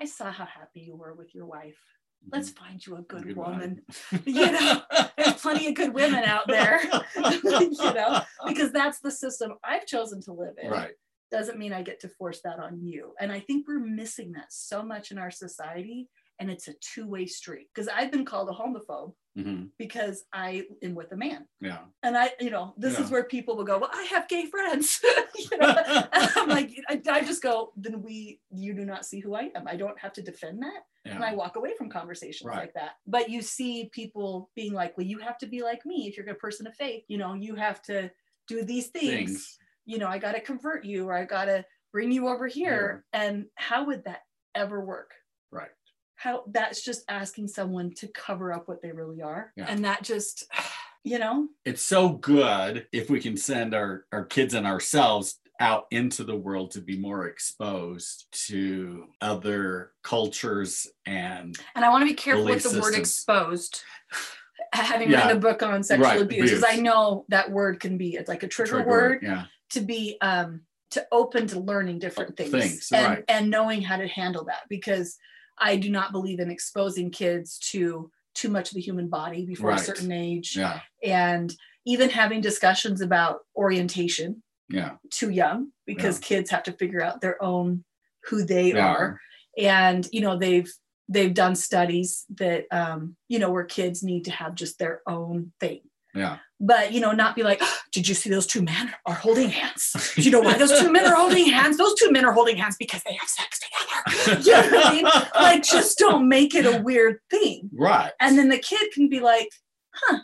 Speaker 6: I saw how happy you were with your wife.
Speaker 7: Mm-hmm.
Speaker 6: Let's
Speaker 7: Mm.
Speaker 6: find you a good, woman. You know, There's plenty of good women out there. you know, because that's the system I've chosen to live in.
Speaker 7: Right.
Speaker 6: Doesn't mean I get to force that on you. And I think we're missing that so much in our society. And it's a two way street because I've been called a homophobe
Speaker 7: Mm-hmm.
Speaker 6: because I am with a man.
Speaker 7: Yeah.
Speaker 6: And I, you know, this is
Speaker 7: Yeah.
Speaker 6: where people will go, Well, I have gay friends. you know? and I'm like, I, I just go, Then we, you do not see who I am. I don't have to defend that and I
Speaker 7: Yeah.
Speaker 6: walk away from conversations
Speaker 7: Right.
Speaker 6: like that. But you see people being like, well, you have to be like me if you're a person of faith. You know, you have to do these things.
Speaker 7: Things.
Speaker 6: You know, I got to convert you or I got to bring you over here. And how would that ever work?
Speaker 7: Right.
Speaker 6: How that's just asking someone to cover up what they really are.
Speaker 7: Yeah.
Speaker 6: And that just, you know,
Speaker 7: It's so good if we can send our, our kids and ourselves out into the world to be more exposed to other cultures and
Speaker 6: and I want to be careful with the
Speaker 7: Belief
Speaker 6: word
Speaker 7: systems.
Speaker 6: exposed. Having
Speaker 7: Yeah.
Speaker 6: written a book on sexual
Speaker 7: Right,
Speaker 6: abuse, because I
Speaker 7: abuse.
Speaker 6: know that word can be it's like a trigger,
Speaker 7: trigger
Speaker 6: word.
Speaker 7: Yeah.
Speaker 6: to be um to open to learning different things,
Speaker 7: Things,
Speaker 6: and,
Speaker 7: Oh, right.
Speaker 6: and knowing how to handle that because i do not believe in exposing kids to too much of the human body before
Speaker 7: Right.
Speaker 6: a certain age
Speaker 7: Yeah.
Speaker 6: and even having discussions about orientation
Speaker 7: Yeah.
Speaker 6: too young because kids have to figure out their own who they
Speaker 7: Yeah.
Speaker 6: are and you know they've they've done studies that um you know where kids need to have just their own thing
Speaker 7: Yeah.
Speaker 6: but you know, not be like, "Oh, did you see those two men are holding hands? Do you know why those two men are holding hands? Those two men are holding hands because they have sex together. You know what I mean? Like, just don't make it a weird thing.
Speaker 7: Right.
Speaker 6: And then the kid can be like, huh.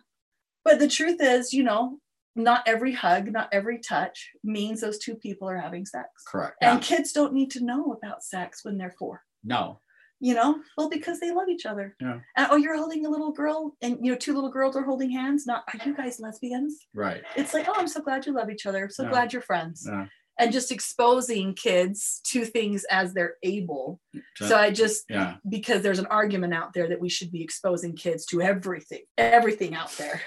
Speaker 6: But the truth is, you know, not every hug, not every touch means those two people are having sex.
Speaker 7: Correct.
Speaker 6: And
Speaker 7: Yeah.
Speaker 6: kids don't need to know about sex when they're four.
Speaker 7: No.
Speaker 6: you know well because they love each other
Speaker 7: Yeah.
Speaker 6: Uh, oh you're holding a little girl and you know two little girls are holding hands not are you guys lesbians
Speaker 7: Right.
Speaker 6: it's like oh i'm so glad you love each other i'm so
Speaker 7: Yeah.
Speaker 6: glad you're friends
Speaker 7: Yeah.
Speaker 6: and just exposing kids to things as they're able
Speaker 7: So-
Speaker 6: so i just
Speaker 7: yeah.
Speaker 6: because there's an argument out there that we should be exposing kids to everything, everything out there.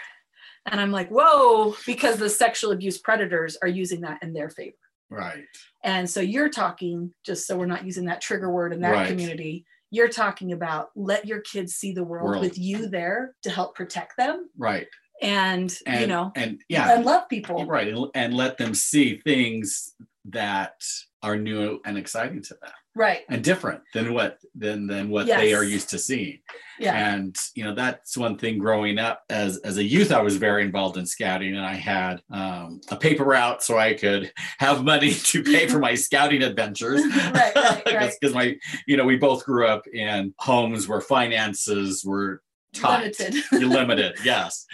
Speaker 6: And I'm like, whoa, because the sexual abuse predators are using that in their favor.
Speaker 7: Right.
Speaker 6: And so you're talking, just so we're not using that trigger word in that
Speaker 7: Right.
Speaker 6: community, you're talking about let your kids see the world,
Speaker 7: World.
Speaker 6: with you there to help protect them
Speaker 7: Right.
Speaker 6: and,
Speaker 7: And
Speaker 6: you know,
Speaker 7: and yeah.
Speaker 6: and love people.
Speaker 7: Right. and- And let them see things that are new and exciting to them
Speaker 6: Right.
Speaker 7: and different than what than than what they
Speaker 6: Yes.
Speaker 7: are used to seeing.
Speaker 6: Yeah.
Speaker 7: And you know, that's one thing growing up as as a youth, I was very involved in scouting and I had um, a paper route so I could have money to pay for my scouting adventures.
Speaker 6: Right, right, right.
Speaker 7: Because my, you know, we both grew up in homes where finances were tight
Speaker 6: Limited.
Speaker 7: you limited yes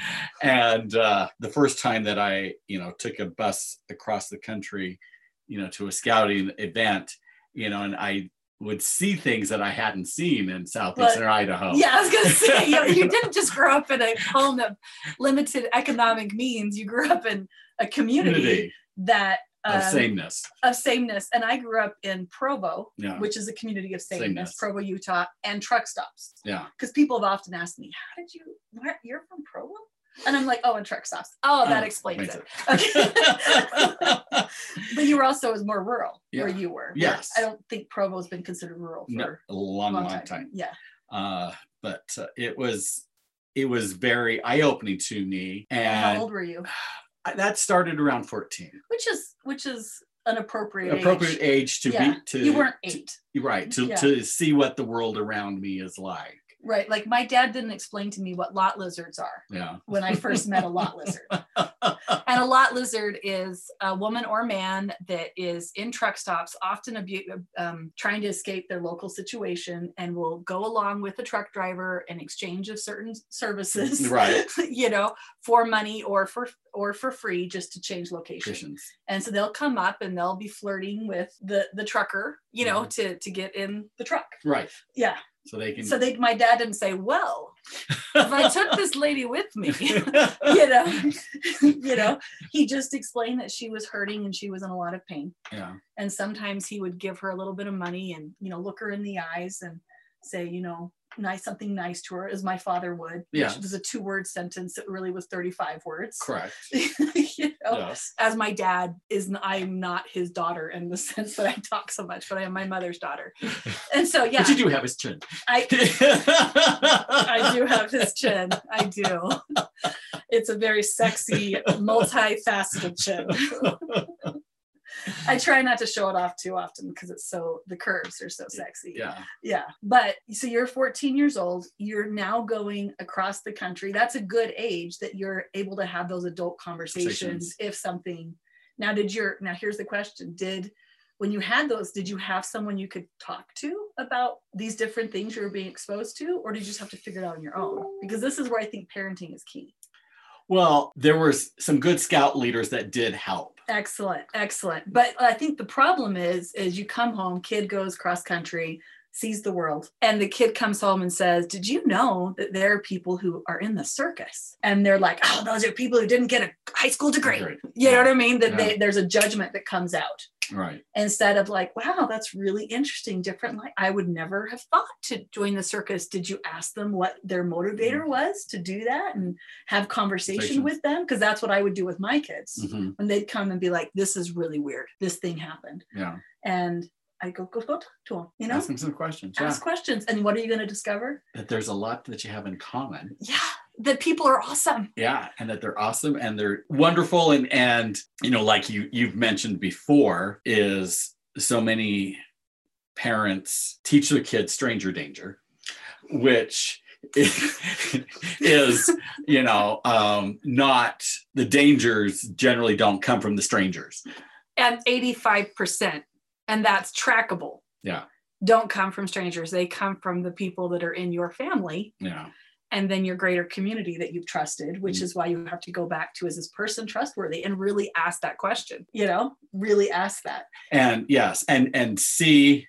Speaker 7: and uh, the first time that i you know took a bus across the country you know to a scouting event you know and i would see things that i hadn't seen in southeastern idaho
Speaker 6: Yeah, I was gonna say you, you didn't just grow up in a home of limited economic means. You grew up in a community,
Speaker 7: community
Speaker 6: that um,
Speaker 7: of sameness
Speaker 6: of sameness. And I grew up in Provo,
Speaker 7: yeah
Speaker 6: which is a community of sameness,
Speaker 7: Oh. Sameness.
Speaker 6: Provo, Utah, and truck stops.
Speaker 7: yeah
Speaker 6: Because people have often asked me, "How did you? Where, you're from Provo?" And I'm like, "Oh, and truck stops. Oh, that
Speaker 7: Oh,
Speaker 6: explains
Speaker 7: makes
Speaker 6: it." Okay. but you were also it was more rural where
Speaker 7: Yeah.
Speaker 6: you were. where
Speaker 7: Yes.
Speaker 6: I don't think Provo has been considered rural for
Speaker 7: No, a long long time,
Speaker 6: Yeah.
Speaker 7: Uh, but uh, it was it was very eye-opening to me
Speaker 6: How
Speaker 7: and
Speaker 6: old were you?
Speaker 7: I- that started around 14
Speaker 6: which is which is an appropriate
Speaker 7: appropriate
Speaker 6: age.
Speaker 7: age to
Speaker 6: Yeah.
Speaker 7: be to
Speaker 6: you weren't
Speaker 7: to-
Speaker 6: eight
Speaker 7: right to,
Speaker 6: Yeah.
Speaker 7: to see what the world around me is like
Speaker 6: right like my dad didn't explain to me what lot lizards are
Speaker 7: yeah
Speaker 6: when i first met a lot lizard and a lot lizard is a woman or man that is in truck stops often abu- um, trying to escape their local situation and will go along with the truck driver in exchange of certain services
Speaker 7: Right.
Speaker 6: you know for money or for or for free just to change location
Speaker 7: Christians.
Speaker 6: and so they'll come up and they'll be flirting with the the trucker you know
Speaker 7: Mm-hmm.
Speaker 6: to to get in the truck
Speaker 7: right
Speaker 6: yeah
Speaker 7: so they can
Speaker 6: so they my dad didn't say well if i took this lady with me
Speaker 7: yeah.
Speaker 6: you know you know he just explained that she was hurting and she was in a lot of pain and sometimes he would give her a little bit of money and you know look her in the eyes and say you know nice something nice to her as my father would
Speaker 7: Yeah.
Speaker 6: which was a two word sentence that really was 35 words
Speaker 7: correct
Speaker 6: you know
Speaker 7: yes
Speaker 6: as my dad is n- I'm not his daughter in the sense that I talk so much, but I am my mother's daughter. And so yeah,
Speaker 7: but you do have his chin
Speaker 6: I I
Speaker 7: i
Speaker 6: do have his chin. I do. It's a very sexy, multifaceted chin. I try not to show it off too often because it's so the curves are so sexy.
Speaker 7: yeah
Speaker 6: Yeah. But so you're 14 years old, you're now going across the country. That's a good age that you're able to have those adult conversations
Speaker 7: Conversations.
Speaker 6: if something. Now did your now here's the question, did when you had those, did you have someone you could talk to about these different things you were being exposed to or did you just have to figure it out on your own? Because this is where I think parenting is key.
Speaker 7: well there were s- some good scout leaders that did help
Speaker 6: Excellent, excellent. But I think the problem is, is you come home, kid goes cross country, sees the world, and the kid comes home and says, "Did you know that there are people who are in the circus?" And they're like, "Oh, those are people who didn't get a high school degree."
Speaker 7: Great.
Speaker 6: You know what I mean? That
Speaker 7: Yeah.
Speaker 6: they, there's a judgment that comes out
Speaker 7: right
Speaker 6: instead of like, "Wow, that's really interesting, different." Like, I would never have thought to join the circus. Did you ask them what their motivator was to do that and have conversation
Speaker 7: Mm. Conversations.
Speaker 6: with them? Because that's what I would do with my kids
Speaker 7: Mhm.
Speaker 6: when they'd come and be like, "This is really weird. This thing happened,"
Speaker 7: yeah
Speaker 6: and I go, "Go, go talk to them. You know,
Speaker 7: ask them some questions yeah
Speaker 6: ask questions. And what are you going to discover?
Speaker 7: that there's a lot that you have in common
Speaker 6: Yeah, that people are awesome.
Speaker 7: yeah and that they're awesome and they're wonderful and and you know like you you've mentioned before is so many parents teach their kids stranger danger which is you know um not the dangers generally don't come from the strangers
Speaker 6: And eighty-five percent, and that's trackable.
Speaker 7: Yeah.
Speaker 6: don't come from strangers. They come from the people that are in your family
Speaker 7: you know
Speaker 6: and then your greater community that you've trusted, which is why you have to go back to is this person trustworthy and really ask that question. You know, really ask that.
Speaker 7: and yes and and see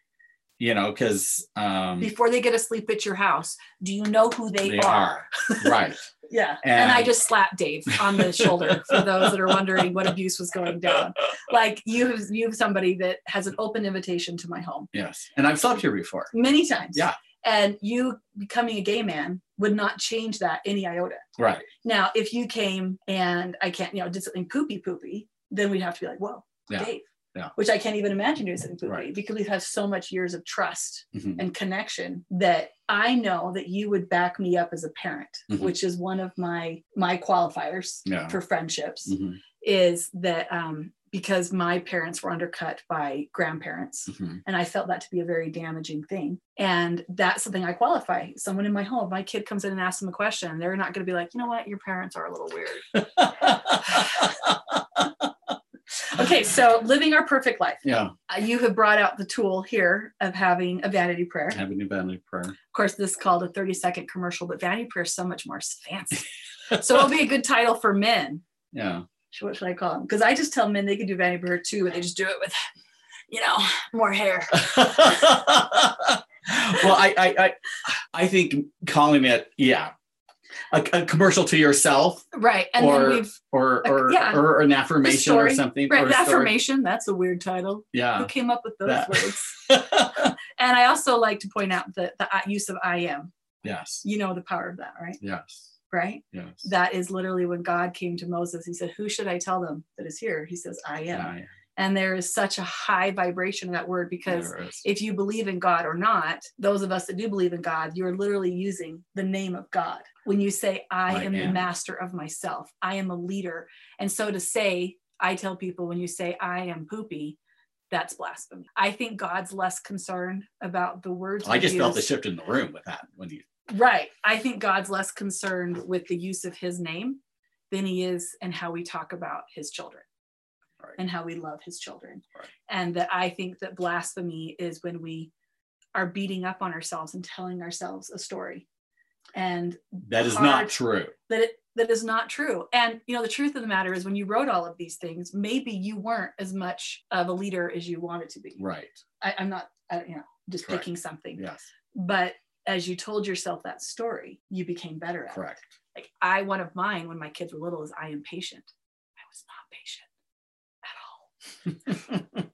Speaker 7: you know, because um,
Speaker 6: Before they get asleep at your house, do you know who they,
Speaker 7: They
Speaker 6: are?
Speaker 7: right.
Speaker 6: Yeah. And,
Speaker 7: And-
Speaker 6: I just slapped Dave on the shoulder for those that are wondering what abuse was going down. Like you have you have somebody that has an open invitation to my home
Speaker 7: Yes. And I've slept here before.
Speaker 6: many times.
Speaker 7: Yeah.
Speaker 6: And you becoming a gay man would not change that any iota.
Speaker 7: Right.
Speaker 6: Now, if you came and I can't, you know, did something poopy poopy, then we'd have to be like, whoa,
Speaker 7: Yeah.
Speaker 6: Dave.
Speaker 7: Yeah.
Speaker 6: Which I can't even imagine doing something poopy
Speaker 7: Right.
Speaker 6: because we've had so much years of trust
Speaker 7: Mhm.
Speaker 6: and connection that I know that you would back me up as a parent,
Speaker 7: Mhm.
Speaker 6: which is one of my my qualifiers
Speaker 7: Yeah.
Speaker 6: for friendships
Speaker 7: Mhm.
Speaker 6: is that um, because my parents were undercut by grandparents.
Speaker 7: Mhm.
Speaker 6: And I felt that to be a very damaging thing. And that's something I qualify. Someone in my home, my kid comes in and asks them a question, they're not going to be like, you know what, your parents are a little weird. Okay, so living our perfect life.
Speaker 7: yeah.
Speaker 6: Uh, You have brought out the tool here of having a vanity prayer.
Speaker 7: Have a new family prayer.
Speaker 6: Of course, this is called a 30 second commercial, but vanity prayer is so much more fancy. so it'll be a good title for men.
Speaker 7: Yeah.
Speaker 6: Sh- What should I call them? Because I just tell men they can do vanity prayer too, but they just do it with, you know, more hair.
Speaker 7: well, I, I, I, I think calling it, yeah, a, a commercial to yourself
Speaker 6: Right. And
Speaker 7: Or
Speaker 6: then we've,
Speaker 7: or or,
Speaker 6: Yeah.
Speaker 7: or an affirmation or
Speaker 6: story.
Speaker 7: something.
Speaker 6: right,
Speaker 7: or
Speaker 6: the
Speaker 7: a story.
Speaker 6: affirmation. That's a weird title. Who
Speaker 7: Yeah.
Speaker 6: came up with those
Speaker 7: Uh, That-
Speaker 6: words? And I also like to point out the, the uh, use of I am.
Speaker 7: yes.
Speaker 6: You know the power of that, right?
Speaker 7: Yes.
Speaker 6: Right.
Speaker 7: Yes.
Speaker 6: That is literally when God came to Moses. He said, Who should I tell them that is here? He says, I am.
Speaker 7: yeah.
Speaker 6: And there is such a high vibration in that word because
Speaker 7: there is.
Speaker 6: if you believe in God or not, those of us that do believe in God, you're literally using the name of God. When you say, I,
Speaker 7: I
Speaker 6: am, the
Speaker 7: am.
Speaker 6: master of myself, I am a leader. And so to say, I tell people when you say, I am poopy, that's blasphemy. I think God's less concerned about the words.
Speaker 7: I
Speaker 6: we
Speaker 7: just felt the
Speaker 6: use.
Speaker 7: shift in the room with that when you.
Speaker 6: Right. I think God's less concerned with the use of his name than he is and how we talk about his children
Speaker 7: Right.
Speaker 6: and how we love his children.
Speaker 7: Right.
Speaker 6: And that I think that blasphemy is when we are beating up on ourselves and telling ourselves a story. And
Speaker 7: That is
Speaker 6: Hard.
Speaker 7: not true.
Speaker 6: that it that is not true. And you know, the truth of the matter is when you wrote all of these things, maybe you weren't as much of a leader as you wanted to be.
Speaker 7: Right.
Speaker 6: I, I'm not, I, you know, just
Speaker 7: Correct.
Speaker 6: picking something.
Speaker 7: Yes.
Speaker 6: But as you told yourself that story, you became better at it
Speaker 7: Correct.
Speaker 6: like I one of mine when my kids were little is I am patient. I was not patient at all.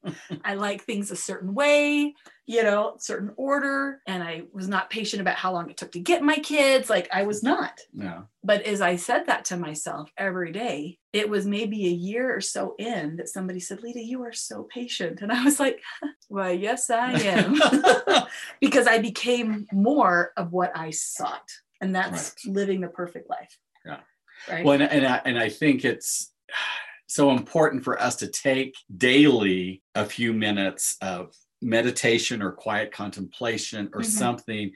Speaker 6: I like things a certain way, you know, certain order, and I was not patient about how long it took to get my kids. Like I was not.
Speaker 7: Yeah.
Speaker 6: But as I said that to myself every day, it was maybe a year or so in that somebody said, Lita, you are so patient. And I was like, well, yes, I am. because I became more of what I sought. And that's living the perfect life.
Speaker 7: Yeah.
Speaker 6: Right.
Speaker 7: Well, and, and, I, and I think it's so important for us to take daily a few minutes of meditation or quiet contemplation or
Speaker 6: Mhm.
Speaker 7: something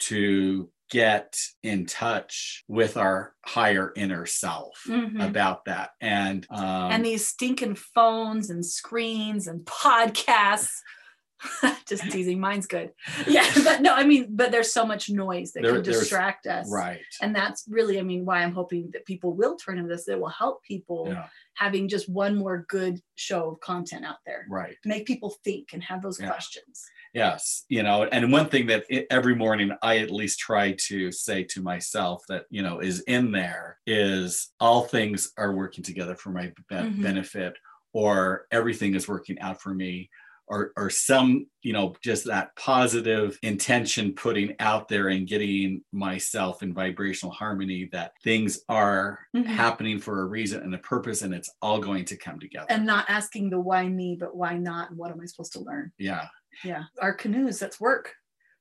Speaker 7: to get in touch with our higher inner self
Speaker 6: Mhm.
Speaker 7: about that. And, um,
Speaker 6: and these stinking phones and screens and podcasts. Just teasing. Mine's good. Yeah. But no, I mean, but there's so much noise that
Speaker 7: There-
Speaker 6: can
Speaker 7: there's-
Speaker 6: distract us.
Speaker 7: right.
Speaker 6: And that's really, I mean, why I'm hoping that people will turn into this. It will help people
Speaker 7: Yeah.
Speaker 6: having just one more good show of content out there.
Speaker 7: Right.
Speaker 6: Make people think and have those
Speaker 7: Yeah.
Speaker 6: questions.
Speaker 7: Yes, you know, and one thing that i- every morning I at least try to say to myself that, you know, is in there is all things are working together for my be-
Speaker 6: Mhm.
Speaker 7: benefit or everything is working out for me or or some, you know, just that positive intention putting out there and getting myself in vibrational harmony that things are
Speaker 6: Mhm.
Speaker 7: happening for a reason and a purpose and it's all going to come together.
Speaker 6: And not asking the why me, but why not? And what am I supposed to learn?
Speaker 7: yeah.
Speaker 6: Yeah. Our canoes, that's work.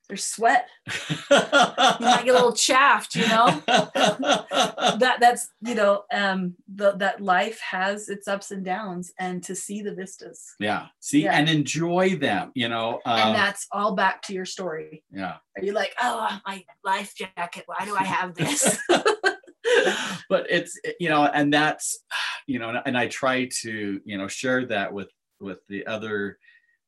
Speaker 6: There's sweat. You might get a little chaffed, you know? That that's, you know, um the, that life has its ups and downs and to see the vistas.
Speaker 7: Yeah. See,
Speaker 6: Yeah.
Speaker 7: and enjoy them, you know. Um,
Speaker 6: and that's all back to your story.
Speaker 7: yeah.
Speaker 6: Are you like, oh my life jacket, why do I have this?
Speaker 7: but it's, eh, you know, and that's, you know, and I try to, you know, share that with, with the other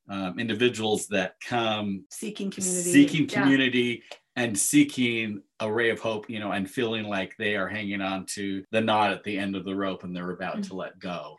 Speaker 7: um, individuals that come
Speaker 6: Seeking community.
Speaker 7: seeking
Speaker 6: Yeah.
Speaker 7: community and seeking a ray of hope, you know, and feeling like they are hanging on to the knot at the end of the rope and they're about to let go.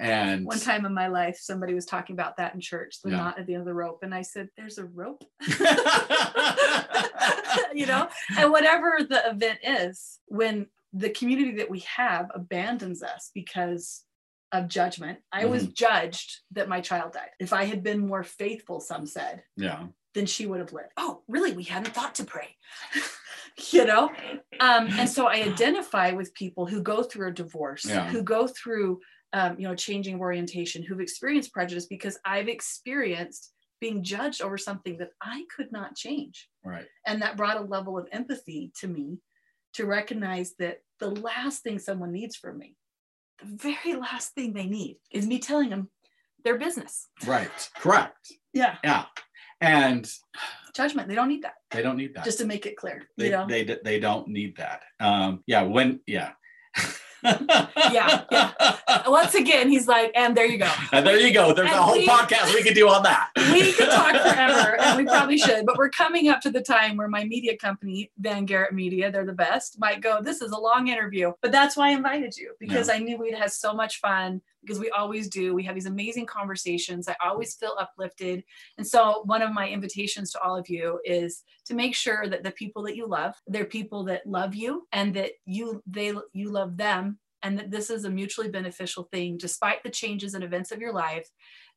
Speaker 7: And
Speaker 6: Mm. One time in my life, somebody was talking about that in church, the
Speaker 7: Yeah.
Speaker 6: knot at the end of the rope. And I said, There's a rope. you know, and whatever the event is, when the community that we have abandons us because of judgment, I was
Speaker 7: Mm-hmm.
Speaker 6: judged that my child died. If I had been more faithful, some said,
Speaker 7: yeah,
Speaker 6: then she would have lived. Oh, really? We hadn't thought to pray. you know? Um, and so I identify with people who go through a divorce,
Speaker 7: Yeah.
Speaker 6: who go through, um, you know, changing of orientation, who've experienced prejudice because I've experienced being judged over something that I could not change.
Speaker 7: right.
Speaker 6: And that brought a level of empathy to me to recognize that the last thing someone needs from me, the very last thing they need is me telling them their business.
Speaker 7: Right. Correct.
Speaker 6: Yeah.
Speaker 7: Yeah. And
Speaker 6: Judgment. They don't need that,
Speaker 7: they don't need that.
Speaker 6: just to make it clear.
Speaker 7: they,
Speaker 6: you know?
Speaker 7: they d- they don't need that. Um, yeah, when yeah.
Speaker 6: Yeah, once again, he's like, and there you go.
Speaker 7: And Uh, there you go. There's
Speaker 6: And
Speaker 7: a whole
Speaker 6: we-
Speaker 7: podcast we could do on that.
Speaker 6: We could talk forever, and we probably should, but we're coming up to the time where my media company, Van Garrett Media, they're the best, might go, This is a long interview. But that's why I invited you because I knew we'd have so much fun because we always do. We have these amazing conversations. I always feel uplifted. And so, one of my invitations to all of you is to make sure that the people that you love, they're people that love you and that you they you love them and that this is a mutually beneficial thing despite the changes and events of your life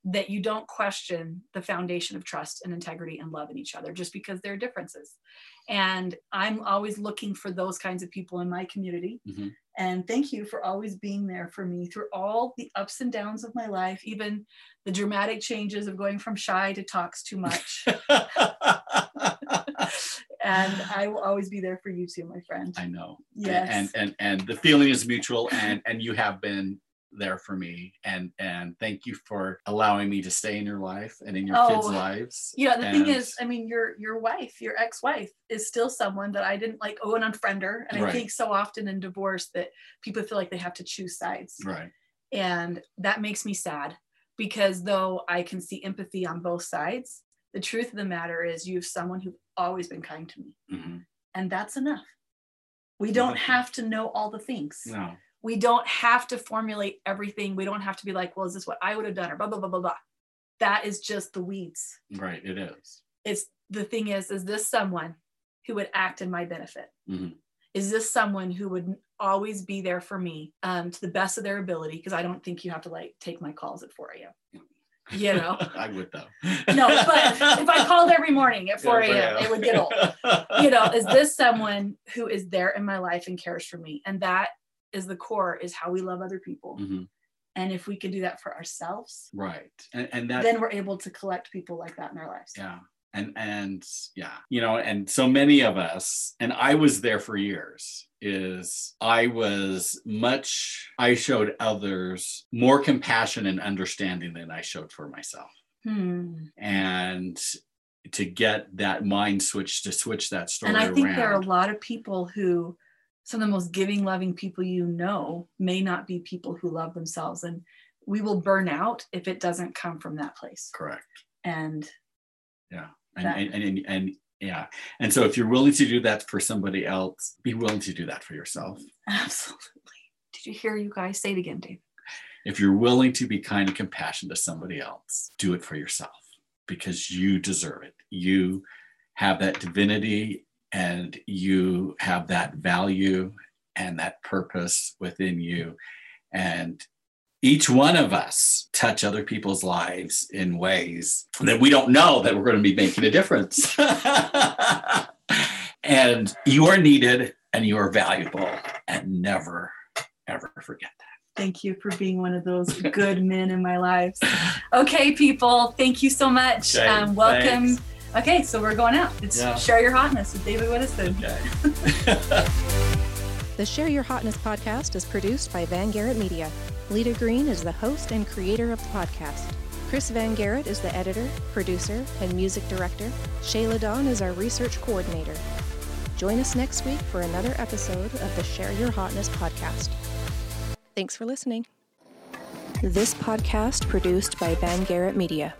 Speaker 6: that you don't question the foundation of trust and integrity and love in each other just because there are differences. And I'm always looking for those kinds of people in my community.
Speaker 7: Mhm.
Speaker 6: And thank you for always being there for me through all the ups and downs of my life, even the dramatic changes of going from shy to talks too much. and I will always be there for you too, my friend.
Speaker 7: I know.
Speaker 6: Yes.
Speaker 7: And and and the feeling is mutual and and you have been there for me and and thank you for allowing me to stay in your life and in your
Speaker 6: Oh,
Speaker 7: kids' lives.
Speaker 6: you know, the thing
Speaker 7: And-
Speaker 6: is, I mean, your your wife, your ex-wife, is still someone that I didn't like. Oh, and unfriend her. And I
Speaker 7: Right.
Speaker 6: think so often in divorce that people feel like they have to choose sides,
Speaker 7: Right.
Speaker 6: and that makes me sad because though I can see empathy on both sides, the truth of the matter is, you have someone who's always been kind to me,
Speaker 7: Mhm.
Speaker 6: and that's enough. We don't
Speaker 7: Mhm.
Speaker 6: have to know all the things.
Speaker 7: No.
Speaker 6: We don't have to formulate everything. We don't have to be like, well, is this what I would have done or blah, blah, blah, blah, blah. That is just the weeds.
Speaker 7: Right. It is.
Speaker 6: It's the thing is, is this someone who would act in my benefit?
Speaker 7: Mhm.
Speaker 6: Is this someone who would always be there for me um, to the best of their ability? Because I don't think you have to like take my calls at 4 a.m. You know?
Speaker 7: I would though.
Speaker 6: No, but if I called every morning at 4
Speaker 7: Yeah,
Speaker 6: a.m., it would get old. You know, is this someone who is there in my life and cares for me? And that is the core is how we love other people.
Speaker 7: Mhm.
Speaker 6: And if we can do that for ourselves,
Speaker 7: Right. And, and that
Speaker 6: then we're able to collect people like that in our lives.
Speaker 7: yeah and and yeah you know and so many of us and i was there for years is i was much i showed others more compassion and understanding than i showed for myself
Speaker 6: Hmm.
Speaker 7: and to get that mind switch to switch that story
Speaker 6: And I think
Speaker 7: around
Speaker 6: there are a lot of people who, some of the most giving, loving people you know, may not be people who love themselves. And we will burn out if it doesn't come from that place.
Speaker 7: correct
Speaker 6: And
Speaker 7: and,
Speaker 6: That-
Speaker 7: and, and and and yeah and so if you're willing to do that for somebody else be willing to do that for yourself
Speaker 6: absolutely. Did you hear you guys say it again, Dave?
Speaker 7: If you're willing to be kind and compassionate to somebody else, do it for yourself because you deserve it. You have that divinity and you have that value and that purpose within you. And each one of us touch other people's lives in ways that we don't know that we're going to be making a difference. and you are needed and you are valuable and never, ever forget that.
Speaker 6: Thank you for being one of those good men in my lives. Okay, people, thank you so much.
Speaker 7: Okay,
Speaker 6: um, welcome.
Speaker 7: thanks.
Speaker 6: Okay, so we're going out. It's
Speaker 7: Yeah.
Speaker 6: Share Your Hotness with David Winnison.
Speaker 7: Okay.
Speaker 2: The Share Your Hotness podcast is produced by Van Garrett Media. Lita Green is the host and creator of the podcast. Chris Van Garrett is the editor, producer, and music director. Shayla Dawn is our research coordinator. Join us next week for another episode of the Share Your Hotness podcast. Thanks for listening. This podcast produced by Van Garrett Media.